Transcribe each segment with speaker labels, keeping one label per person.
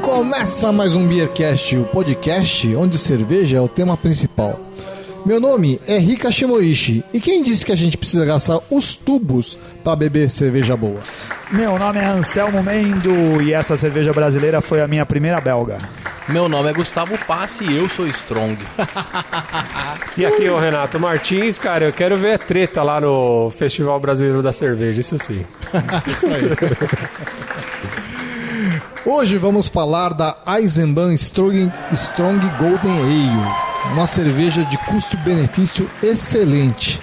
Speaker 1: Começa mais um Beercast, o podcast onde cerveja é o tema principal. Meu nome é Rika Shimoishi e quem disse que a gente precisa gastar os tubos para beber cerveja boa?
Speaker 2: Meu nome é Anselmo Mendo e essa cerveja brasileira foi a minha primeira belga.
Speaker 3: Meu nome é Gustavo Passe e eu sou Strong.
Speaker 4: E aqui é o Renato Martins, cara, eu quero ver a treta lá no Festival Brasileiro da Cerveja, isso sim.
Speaker 1: Isso aí. Hoje vamos falar da Eisenbahn Strong, Strong Golden Ale, uma cerveja de custo-benefício excelente.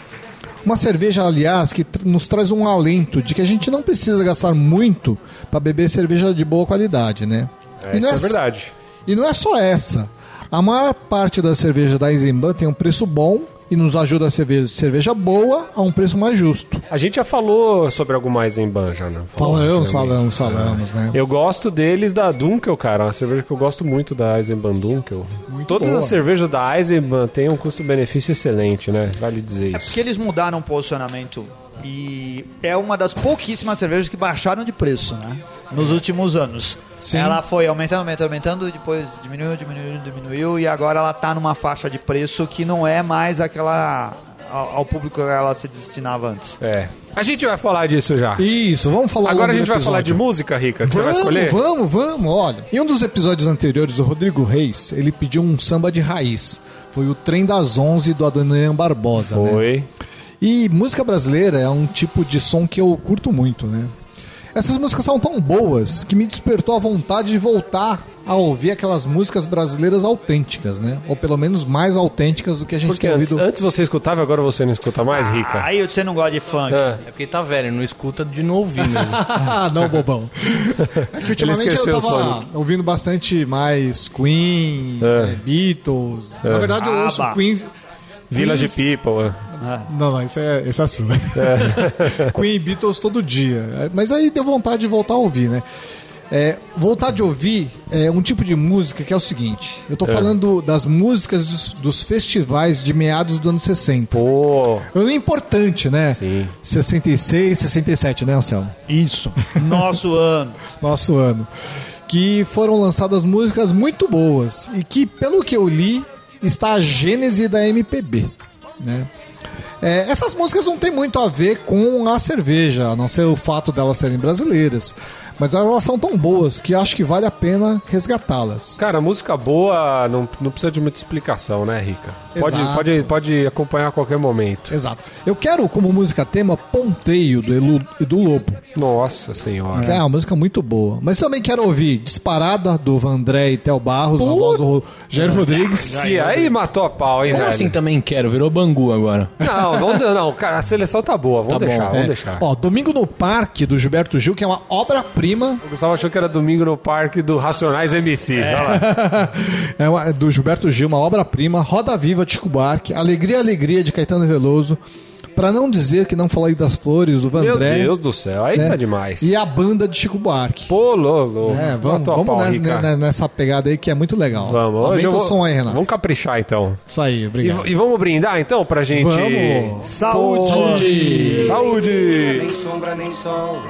Speaker 1: Uma cerveja, aliás, que tr- nos traz um alento de que a gente não precisa gastar muito para beber cerveja de boa qualidade, né?
Speaker 4: É,
Speaker 1: E
Speaker 4: isso
Speaker 1: não
Speaker 4: é verdade.
Speaker 1: E não é só essa. A maior parte da cerveja da Eisenbahn tem um preço bom e nos ajuda a cerveja, cerveja boa a um preço mais justo.
Speaker 4: A gente já falou sobre alguma Eisenbahn já, né?
Speaker 1: Falamos, falamos, falamos, né?
Speaker 4: Eu gosto deles da Dunkel, cara. Uma cerveja que eu gosto muito da Eisenbahn Dunkel. Todas
Speaker 1: boa.
Speaker 4: as cervejas da Eisenbahn têm um custo-benefício excelente, né? Vale dizer isso.
Speaker 2: É Porque eles mudaram o posicionamento e é uma das pouquíssimas cervejas que baixaram de preço, né? Nos últimos anos.
Speaker 1: Sim.
Speaker 2: Ela foi aumentando, aumentando, aumentando, depois diminuiu, diminuiu, diminuiu e agora ela tá numa faixa de preço que não é mais aquela ao, ao público que ela se destinava antes.
Speaker 4: É. A gente vai falar disso já.
Speaker 1: Isso, vamos falar
Speaker 4: Agora
Speaker 1: logo
Speaker 4: a gente
Speaker 1: do
Speaker 4: vai falar de
Speaker 1: episódio.
Speaker 4: música, Rica,
Speaker 1: Vamos,
Speaker 4: que você vai escolher?
Speaker 1: vamos, vamos, olha. Em um dos episódios anteriores, o Rodrigo Reis, ele pediu um samba de raiz. Foi o Trem das Onze do Adoniran Barbosa, né?
Speaker 4: Oi.
Speaker 1: E música brasileira é um tipo de som que eu curto muito, né? Essas músicas são tão boas que me despertou a vontade de voltar a ouvir aquelas músicas brasileiras autênticas, né? Ou pelo menos mais autênticas do que a gente
Speaker 4: Porque
Speaker 1: tem
Speaker 4: antes,
Speaker 1: ouvido.
Speaker 4: antes você escutava, agora você não escuta mais, Rica.
Speaker 2: Aí você não gosta de funk.
Speaker 4: Ah.
Speaker 3: É porque tá velho, não escuta de não ouvir mesmo.
Speaker 1: Ah, não, bobão. É que ultimamente
Speaker 4: esqueceu
Speaker 1: eu
Speaker 4: o
Speaker 1: tava
Speaker 4: Sonic.
Speaker 1: ouvindo bastante mais Queen,
Speaker 4: É.
Speaker 1: eh, Beatles. Na verdade, eu ouço
Speaker 2: Abba.
Speaker 1: Queen.
Speaker 4: Village
Speaker 1: Queens-
Speaker 4: People. é.
Speaker 1: Não, não, isso é, esse é assunto. Queen e Beatles todo dia. É, Mas aí deu vontade de voltar a ouvir, né? É, vontade de ouvir é um tipo de música que é o seguinte: eu tô falando das músicas dos, dos festivais de meados do ano 60.
Speaker 4: Pô,
Speaker 1: Ano importante, né?
Speaker 4: Sim.
Speaker 1: 66, 67, né, Anselmo?
Speaker 2: Isso. Nosso ano.
Speaker 1: Nosso ano. Que foram lançadas músicas muito boas e que, pelo que eu li, está a gênese da MPB, né? É, essas músicas não têm muito a ver com a cerveja, a não ser o fato delas serem brasileiras. Mas elas são tão boas que acho que vale a pena resgatá-las.
Speaker 4: cara, música boa não, não precisa de muita explicação, né, Rica? Pode,
Speaker 1: Exato.
Speaker 4: pode, pode acompanhar a qualquer momento.
Speaker 1: Exato. Eu quero como música tema Ponteio do Elu- do Lobo,
Speaker 4: Nossa senhora.
Speaker 1: que é uma música muito boa. Mas também quero ouvir Disparada do Vandré e Theo Barros, na voz do Ro- Jair Rodrigues.
Speaker 4: E aí matou a pau, hein,
Speaker 3: Como
Speaker 4: velho?
Speaker 3: assim também quero? Virou Bangu agora.
Speaker 4: Não, vamos, não, cara, a seleção tá boa, vamos
Speaker 3: Tá bom,
Speaker 4: deixar, vamos
Speaker 1: É.
Speaker 4: deixar.
Speaker 1: Ó, Domingo no Parque do Gilberto Gil, que é uma obra-prima.
Speaker 4: O pessoal achou que era domingo no parque do Racionais MC. Olha lá.
Speaker 1: é uma- do Gilberto Gil, uma obra-prima. Roda Viva de Chico Buarque, Alegria, Alegria de Caetano Veloso. Pra não dizer que não falei das flores do
Speaker 4: Meu
Speaker 1: Vandré.
Speaker 4: Deus do céu, aí
Speaker 1: né?
Speaker 4: tá demais.
Speaker 1: E a banda de Chico Buarque.
Speaker 4: Pô, Lolo.
Speaker 1: é, vamos,
Speaker 4: matou a
Speaker 1: vamos
Speaker 4: pau,
Speaker 1: nessa,
Speaker 4: Rica.
Speaker 1: né, nessa pegada aí que é muito legal.
Speaker 4: Vamos,
Speaker 1: Aumenta
Speaker 4: hoje eu
Speaker 1: o
Speaker 4: vou,
Speaker 1: som aí, Renato.
Speaker 4: Vamos caprichar então.
Speaker 1: Isso aí,
Speaker 4: E,
Speaker 1: obrigado.
Speaker 4: e vamos brindar então pra gente.
Speaker 1: Vamos.
Speaker 2: Saúde.
Speaker 4: Saúde! Saúde!
Speaker 5: Nem sombra, nem sol,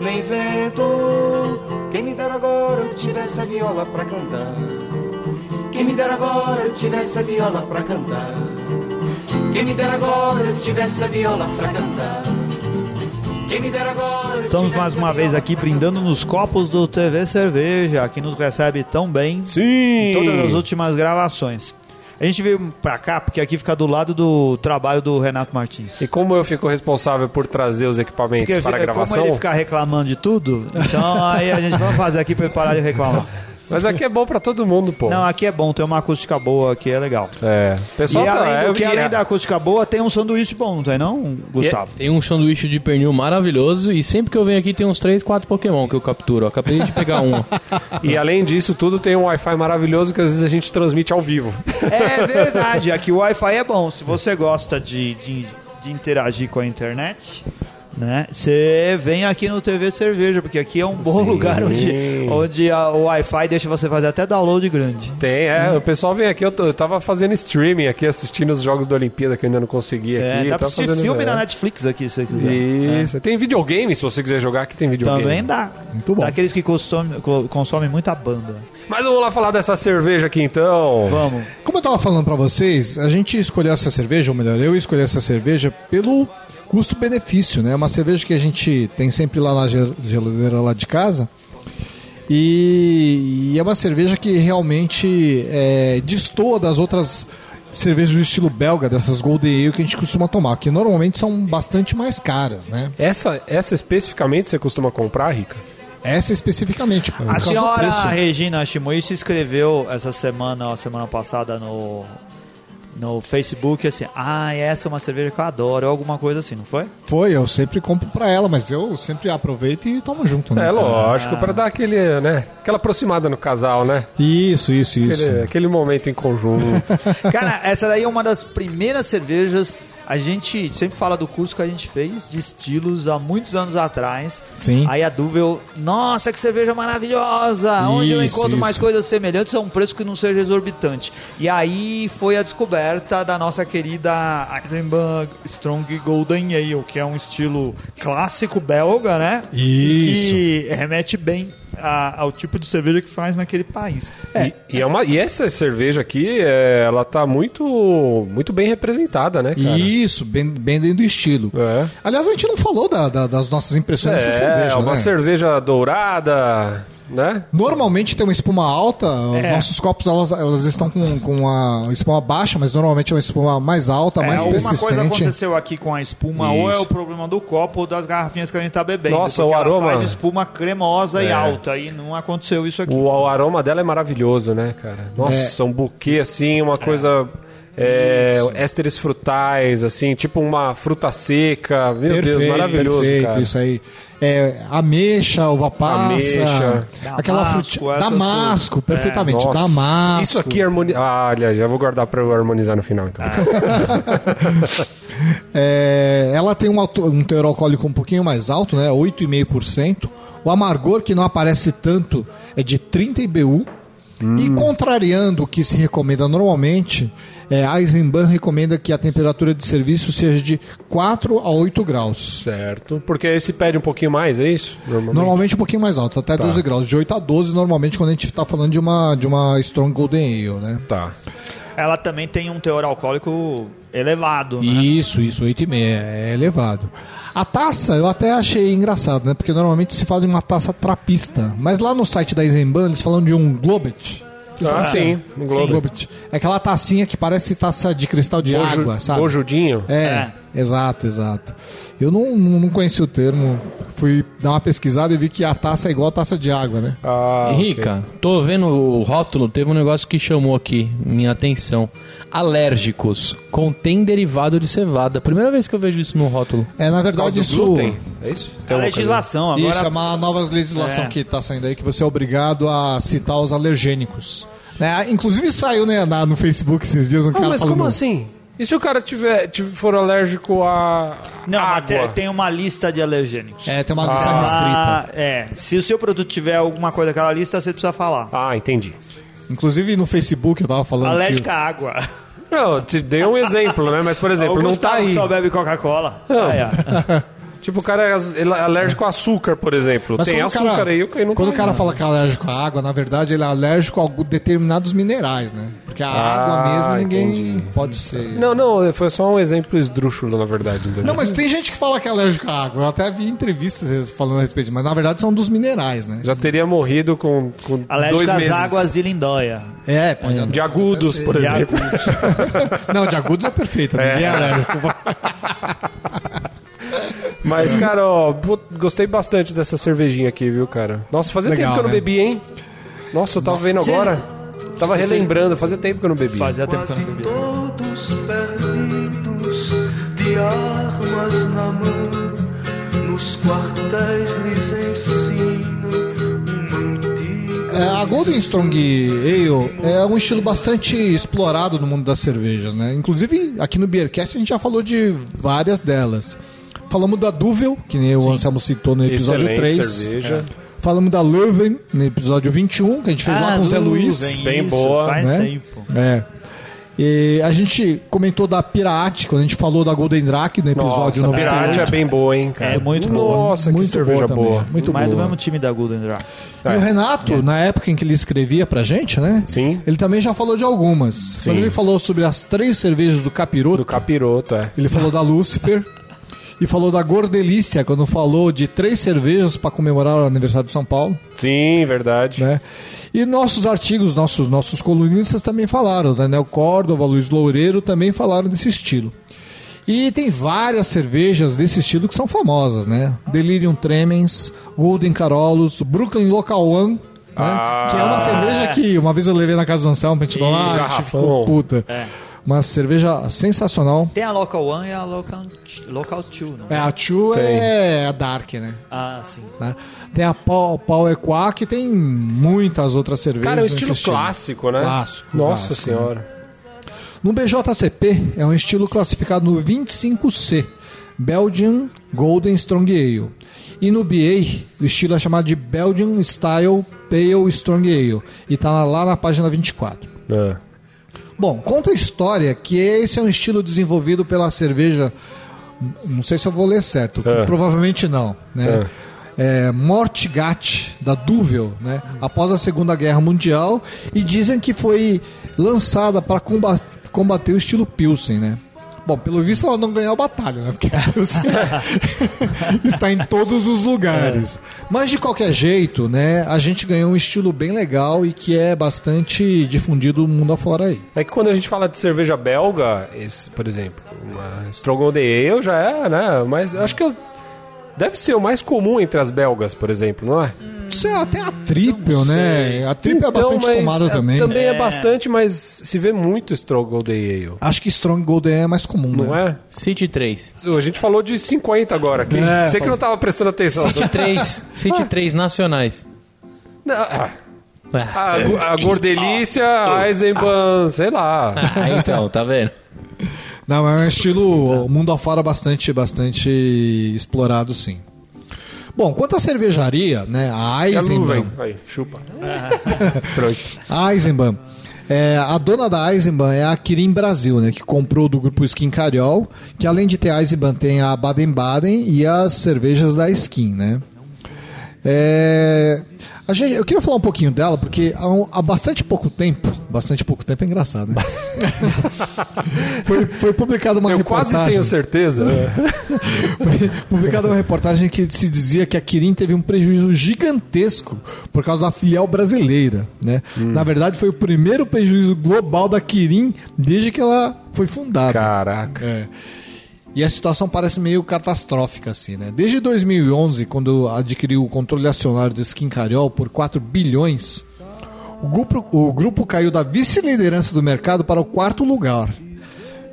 Speaker 5: nem vento. Quem me dera agora eu tivesse a viola pra cantar. Quem me dera agora eu tivesse a viola pra cantar. Quem me dera agora eu tivesse a viola pra cantar. Quem me dera agora. eu
Speaker 2: Estamos
Speaker 5: tivesse
Speaker 2: mais
Speaker 5: a
Speaker 2: uma vez
Speaker 5: viola
Speaker 2: aqui brindando nos copos do TV Cerveja, que nos recebe tão bem
Speaker 4: Sim!
Speaker 2: em todas as últimas gravações. A gente veio pra cá porque aqui fica do lado do trabalho do Renato Martins.
Speaker 4: E como eu fico responsável por trazer os equipamentos
Speaker 2: Porque
Speaker 4: para a
Speaker 2: eh, como
Speaker 4: gravação?
Speaker 2: ele ficar reclamando de tudo, então aí a gente vai fazer aqui pra ele parar de reclamar.
Speaker 4: Mas aqui é bom pra todo mundo, pô.
Speaker 2: Não, aqui é bom, tem uma acústica boa aqui, é legal.
Speaker 4: É. Pessoal,
Speaker 2: e
Speaker 4: tá,
Speaker 2: além do
Speaker 4: eu é
Speaker 2: que,
Speaker 4: vi-
Speaker 2: além da acústica boa, tem um sanduíche bom, não tem não, Gustavo?
Speaker 3: Tem um sanduíche de pernil maravilhoso e sempre que eu venho aqui tem uns 3, 4 Pokémon que eu capturo. ó. Acabei de pegar um.
Speaker 4: E além disso tudo, tem um Wi-Fi maravilhoso que às vezes a gente transmite ao vivo.
Speaker 2: É verdade, aqui o Wi-Fi é bom. Se você gosta de, de, de interagir com a internet, né? Você vem aqui no TV Cerveja, porque aqui é um bom
Speaker 4: Sim.
Speaker 2: lugar onde, onde a- o Wi-Fi deixa você fazer até download grande.
Speaker 4: Tem, é. O pessoal vem aqui, eu, tô- eu tava fazendo streaming aqui, assistindo os jogos da Olimpíada que eu ainda não consegui
Speaker 2: É, dá
Speaker 4: aqui. eu
Speaker 2: pra
Speaker 4: tava
Speaker 2: assistir
Speaker 4: fazendo-
Speaker 2: filme
Speaker 4: é.
Speaker 2: na Netflix aqui, se você quiser.
Speaker 4: Isso. Tem videogame, se você quiser jogar aqui, tem videogame.
Speaker 2: Também dá.
Speaker 1: Muito bom.
Speaker 2: Daqueles que consomem, co- consomem muita banda.
Speaker 4: Mas vamos lá falar dessa cerveja aqui então.
Speaker 2: Vamos.
Speaker 1: Como eu tava falando pra vocês, a gente escolheu essa cerveja, ou melhor, eu escolhi essa cerveja pelo custo-benefício, né? É uma cerveja que a gente tem sempre lá na gel- geladeira lá de casa. E, e é uma cerveja que realmente é, destoa das outras cervejas do estilo belga, dessas Golden Ale que a gente costuma tomar, que normalmente são bastante mais caras, né?
Speaker 4: Essa, essa especificamente você costuma comprar, Rica?
Speaker 1: Essa especificamente. por
Speaker 2: A
Speaker 1: causa do
Speaker 2: senhora
Speaker 1: preço.
Speaker 2: Regina Shimui se inscreveu essa semana, ó, semana passada no no Facebook assim, ah, essa é uma cerveja que eu adoro, ou alguma coisa assim, não foi?
Speaker 1: Foi, eu sempre compro pra ela, mas eu sempre aproveito e tomo junto,
Speaker 2: Ah.
Speaker 1: né?
Speaker 4: É lógico, pra dar aquele, né? Aquela aproximada no casal, né?
Speaker 1: Isso, isso, isso.
Speaker 4: Aquele, aquele momento em conjunto.
Speaker 2: Cara, essa daí é uma das primeiras cervejas. A gente sempre fala do curso que a gente fez de estilos há muitos anos atrás.
Speaker 1: Sim.
Speaker 2: Aí a Duvel, nossa, que cerveja maravilhosa! Onde eu
Speaker 1: Isso,
Speaker 2: encontro mais
Speaker 1: isso.
Speaker 2: coisas semelhantes a um preço que não seja exorbitante. E aí foi a descoberta da nossa querida Eisenbahn Strong Golden Ale, que é um estilo clássico belga, né? E que remete bem a- ao tipo de cerveja que faz naquele país.
Speaker 4: E, e é uma, e essa cerveja aqui, é, ela tá muito, muito bem representada, né, cara?
Speaker 1: Isso, bem, bem dentro do estilo.
Speaker 4: É.
Speaker 1: Aliás, a gente não falou da- da- das nossas impressões
Speaker 4: É,
Speaker 1: dessa cerveja,
Speaker 4: uma
Speaker 1: né?
Speaker 4: cerveja dourada, né?
Speaker 1: Normalmente tem uma espuma alta,
Speaker 4: É.
Speaker 1: os nossos copos elas, elas estão com, com a espuma baixa, mas normalmente é uma espuma mais
Speaker 4: É,
Speaker 1: alta, mais
Speaker 2: É, alguma coisa
Speaker 1: persistente.
Speaker 2: aconteceu aqui com a espuma, ou é
Speaker 4: Isso.
Speaker 2: o problema do copo ou das garrafinhas que a gente tá bebendo.
Speaker 4: Nossa,
Speaker 2: porque
Speaker 4: o aroma.
Speaker 2: Ela faz espuma cremosa e
Speaker 4: É.
Speaker 2: alta, e não aconteceu isso aqui.
Speaker 4: O, o aroma dela é maravilhoso, né, cara?
Speaker 1: É.
Speaker 4: Nossa, um buquê assim, uma coisa. É, ésteres frutais, assim, tipo uma fruta seca. Meu Deus, maravilhoso,
Speaker 1: perfeito,
Speaker 4: cara.
Speaker 1: isso aí. É, ameixa, uva passa,
Speaker 4: Ameixa. É,
Speaker 1: aquela
Speaker 2: Damasco,
Speaker 1: fruta...
Speaker 2: essas
Speaker 1: Damasco, perfeitamente,
Speaker 4: Nossa,
Speaker 1: damasco.
Speaker 4: Isso aqui harmoniza. Ah, aliás, já vou guardar pra eu harmonizar no final, então.
Speaker 1: Ah. É, ela tem um, alto- um teor alcoólico um pouquinho mais alto, né? 8,5%. O amargor, que não aparece tanto, é de 30 IBU. E contrariando o que se recomenda normalmente, é, a Eisenbahn recomenda que a temperatura de serviço seja de 4 a 8 graus.
Speaker 4: Certo. Porque aí se pede um pouquinho mais, é isso? Normalmente.
Speaker 1: Normalmente um pouquinho mais alto, até 12 graus. De 8 a 12, normalmente, quando a gente está falando de uma, de uma Strong Golden Ale, né?
Speaker 4: Tá.
Speaker 2: Ela também tem um teor alcoólico elevado, né?
Speaker 1: Isso, isso, 8,5, é elevado. A taça eu até achei engraçado, né? Porque normalmente se fala de uma taça trapista. Mas lá no site da Eisenbahn eles falam de um Globet. Vocês
Speaker 4: Ah,
Speaker 1: sabem o que é?
Speaker 4: sim, um Globet.
Speaker 1: É aquela tacinha que parece taça de cristal de
Speaker 4: Boju-
Speaker 1: água, sabe?
Speaker 4: Bojudinho?
Speaker 1: É, exato, exato. Eu não, não não conheci o termo, fui dar uma pesquisada e vi que a taça é igual a taça de água, né?
Speaker 4: Ah,
Speaker 3: Rica, tô vendo o rótulo, teve um negócio que chamou aqui minha atenção. Alérgicos, contém derivado de cevada. Primeira vez que eu vejo isso no rótulo.
Speaker 1: É, na
Speaker 4: por causa
Speaker 1: verdade,
Speaker 4: do
Speaker 1: isso.
Speaker 4: glúten? É isso?
Speaker 2: A
Speaker 4: Tem alguma
Speaker 2: legislação agora.
Speaker 1: Isso, é uma nova legislação
Speaker 2: É.
Speaker 1: que está saindo aí que você é obrigado a citar os alergênicos. Né? Inclusive saiu né, na- no Facebook esses dias um
Speaker 4: coisa? Ah,
Speaker 1: cara
Speaker 4: mas
Speaker 1: falando.
Speaker 4: como assim? E se o cara tiver, tiver- for alérgico a
Speaker 2: Não, mas
Speaker 4: é água?
Speaker 2: te- tem uma lista de alergênicos.
Speaker 1: É, tem uma lista
Speaker 2: Ah, é. Se o seu produto tiver alguma coisa naquela lista, você precisa falar.
Speaker 4: Ah, entendi.
Speaker 1: restrita. Inclusive no Facebook eu tava falando.
Speaker 2: Alérgica à água.
Speaker 4: Não, eu te dei um exemplo, né? Mas, por exemplo,
Speaker 2: o
Speaker 4: não tá
Speaker 2: Gustavo
Speaker 4: aí.
Speaker 2: só bebe Coca-Cola.
Speaker 4: Não.
Speaker 2: Aí, ó.
Speaker 4: Tipo, o cara é as- ele é alérgico a açúcar, por exemplo.
Speaker 1: Mas
Speaker 4: tem
Speaker 1: quando o
Speaker 4: açúcar
Speaker 1: cara,
Speaker 4: aí, o cara não
Speaker 1: quando
Speaker 4: tá
Speaker 1: o cara
Speaker 4: aí.
Speaker 1: fala que é alérgico à água, na verdade ele é alérgico a algum- determinados minerais, né? Porque a
Speaker 4: Ah,
Speaker 1: água mesmo ninguém
Speaker 4: entendi.
Speaker 1: pode ser.
Speaker 4: Não, não, foi só um exemplo esdrúxulo, na verdade. entendeu?
Speaker 1: Não, mas tem gente que fala que é alérgico à água. Eu até vi entrevistas falando a respeito disso, mas na verdade são dos minerais, né?
Speaker 4: Já teria morrido com, com dois
Speaker 2: Alérgica às
Speaker 4: meses.
Speaker 2: águas de Lindóia.
Speaker 1: É, pode pode
Speaker 4: De agudos,
Speaker 1: até ser.
Speaker 4: por
Speaker 2: De
Speaker 4: exemplo.
Speaker 1: Não, de agudos é perfeito, ninguém é alérgico.
Speaker 4: Mas,
Speaker 1: Hum.
Speaker 4: cara, ó, bo- gostei bastante dessa cervejinha aqui, viu, cara? Nossa, fazia
Speaker 1: Legal,
Speaker 4: tempo que eu não
Speaker 1: né?
Speaker 4: bebi, hein? Nossa, eu tava vendo
Speaker 2: Cê-
Speaker 4: agora. Tava relembrando, fazia tempo que eu não bebi.
Speaker 2: Fazia tempo que eu
Speaker 5: Quase
Speaker 2: não bebia.
Speaker 5: todos perdidos de armas na mão, nos quartéis lhes ensino uma antiga.
Speaker 1: É, a Golden Strong Ale é um estilo bastante explorado no mundo das cervejas, né? Inclusive, aqui no Beercast a gente já falou de várias delas. Falamos da Duvel, que nem o Anselmo citou no episódio é.
Speaker 4: Excelente
Speaker 1: 3.
Speaker 4: cerveja.
Speaker 1: Falamos da Leuven no episódio 21, que a gente fez
Speaker 4: Ah,
Speaker 1: lá com o Zé Luiz.
Speaker 4: Bem boa,
Speaker 2: Ah, Faz
Speaker 1: né?
Speaker 2: tempo.
Speaker 1: É. E a gente comentou da Pirate, quando a gente falou da Golden Drake no episódio
Speaker 4: Nossa, a Pirate é
Speaker 1: 98.
Speaker 4: bem boa, hein, cara.
Speaker 2: É muito boa.
Speaker 4: Nossa, que cerveja
Speaker 1: também,
Speaker 4: boa.
Speaker 1: Muito
Speaker 2: Mais é do
Speaker 1: boa.
Speaker 2: mesmo time da Golden Dragon.
Speaker 1: E
Speaker 4: Tá.
Speaker 1: o Renato, na época em que ele escrevia pra gente, né?
Speaker 4: Sim.
Speaker 1: Ele também já falou de algumas. Quando ele falou sobre as três cervejas do Capiroto,
Speaker 4: Do capiroto, é.
Speaker 1: ele falou da Lucifer e falou da Gordelícia, quando falou de três cervejas pra comemorar o aniversário de São Paulo,
Speaker 4: Sim, verdade.
Speaker 1: né? E nossos artigos, nossos, nossos colunistas também falaram. Daniel Córdova, Luiz Loureiro também falaram desse estilo. E tem várias cervejas desse estilo que são famosas, né? Delirium Tremens, Golden Carolus, Brooklyn Local One, né?
Speaker 4: Ah.
Speaker 1: que é uma cerveja que uma vez eu levei na casa do Anselmo pra gente donar,
Speaker 4: garrafão. É.
Speaker 1: tipo, puta. Uma cerveja sensacional.
Speaker 2: Tem a Local 1 e a Local, Local 2, não
Speaker 1: É, a Chu é a Dark, né?
Speaker 2: Ah, sim.
Speaker 1: né? Tem a Pau, Pau Equac, tem muitas outras cervejas.
Speaker 4: Cara, é um
Speaker 1: nesse
Speaker 4: estilo clássico, né?
Speaker 1: Clássico,
Speaker 4: Nossa
Speaker 1: clássico, né?
Speaker 4: senhora.
Speaker 1: No BJCP é um estilo classificado no 25C, Belgian Golden Strong Ale. E no BA, o estilo é chamado de Belgian Style Pale Strong Ale. E tá lá na página 24.
Speaker 4: É.
Speaker 1: Bom, conta a história que esse é um estilo desenvolvido pela cerveja. Não sei se eu vou ler certo,
Speaker 4: É.
Speaker 1: provavelmente não, né? É, Mortgat da Duvel, né? Após a Segunda Guerra Mundial e dizem que foi lançada para combater, combater o estilo Pilsen, né? Bom, pelo visto ela não ganhou a batalha, né? Porque a Pilsen está em todos os lugares. Mas de qualquer jeito, né? A gente ganhou um estilo bem legal e que é bastante difundido mundo afora aí.
Speaker 4: É que quando a gente fala de cerveja belga, esse, por exemplo, uma Strong de Ale já é, né? Mas acho que eu- deve ser o mais comum entre as belgas, por exemplo, não é?
Speaker 1: Isso é até a triple, né? A triple é
Speaker 4: Então,
Speaker 1: bastante
Speaker 4: mas
Speaker 1: tomada
Speaker 4: é-
Speaker 1: também.
Speaker 4: Também é. bastante, mas se vê muito Strong de Ale,
Speaker 1: Acho que Strong Golden é mais comum,
Speaker 4: não
Speaker 1: né?
Speaker 4: é?
Speaker 3: City 3.
Speaker 4: A gente falou de 50 agora aqui.
Speaker 1: É,
Speaker 4: Você que não tava prestando atenção.
Speaker 3: City 3. City 3 nacionais.
Speaker 4: Não, ah,
Speaker 3: Ah,
Speaker 4: A, go- a gordelícia, a Eisenbahn, sei lá.
Speaker 3: ah, então, tá vendo?
Speaker 1: Não, mas é um estilo o mundo afora bastante, bastante explorado, sim. Bom, quanto à cervejaria, né? A
Speaker 4: É a
Speaker 1: Eisenbahn.
Speaker 4: nuvem. Aí, chupa.
Speaker 1: A Eisenbahn. É, a dona da Eisenbahn é a Kirin Brasil, né? Que comprou do grupo Skin Cariol, que além de ter a Eisenbahn, tem a Baden-Baden e as cervejas da Skin, né? É, a gente, eu queria falar um pouquinho dela, porque há, um- há bastante pouco tempo, bastante pouco tempo é engraçado, né? foi, foi publicada uma
Speaker 4: Eu
Speaker 1: reportagem.
Speaker 4: quase tenho certeza.
Speaker 1: Foi publicada uma reportagem que se dizia que a Kirin teve um prejuízo gigantesco por causa da filial brasileira, né? Na verdade, foi o primeiro prejuízo global da Kirin desde que ela foi fundada.
Speaker 4: Caraca.
Speaker 1: É. E a situação parece meio catastrófica, assim, né? Desde 2011, quando adquiriu o controle acionário do Skin Cariol por 4 bilhões, o grupo, o grupo caiu da vice-liderança do mercado para o quarto lugar.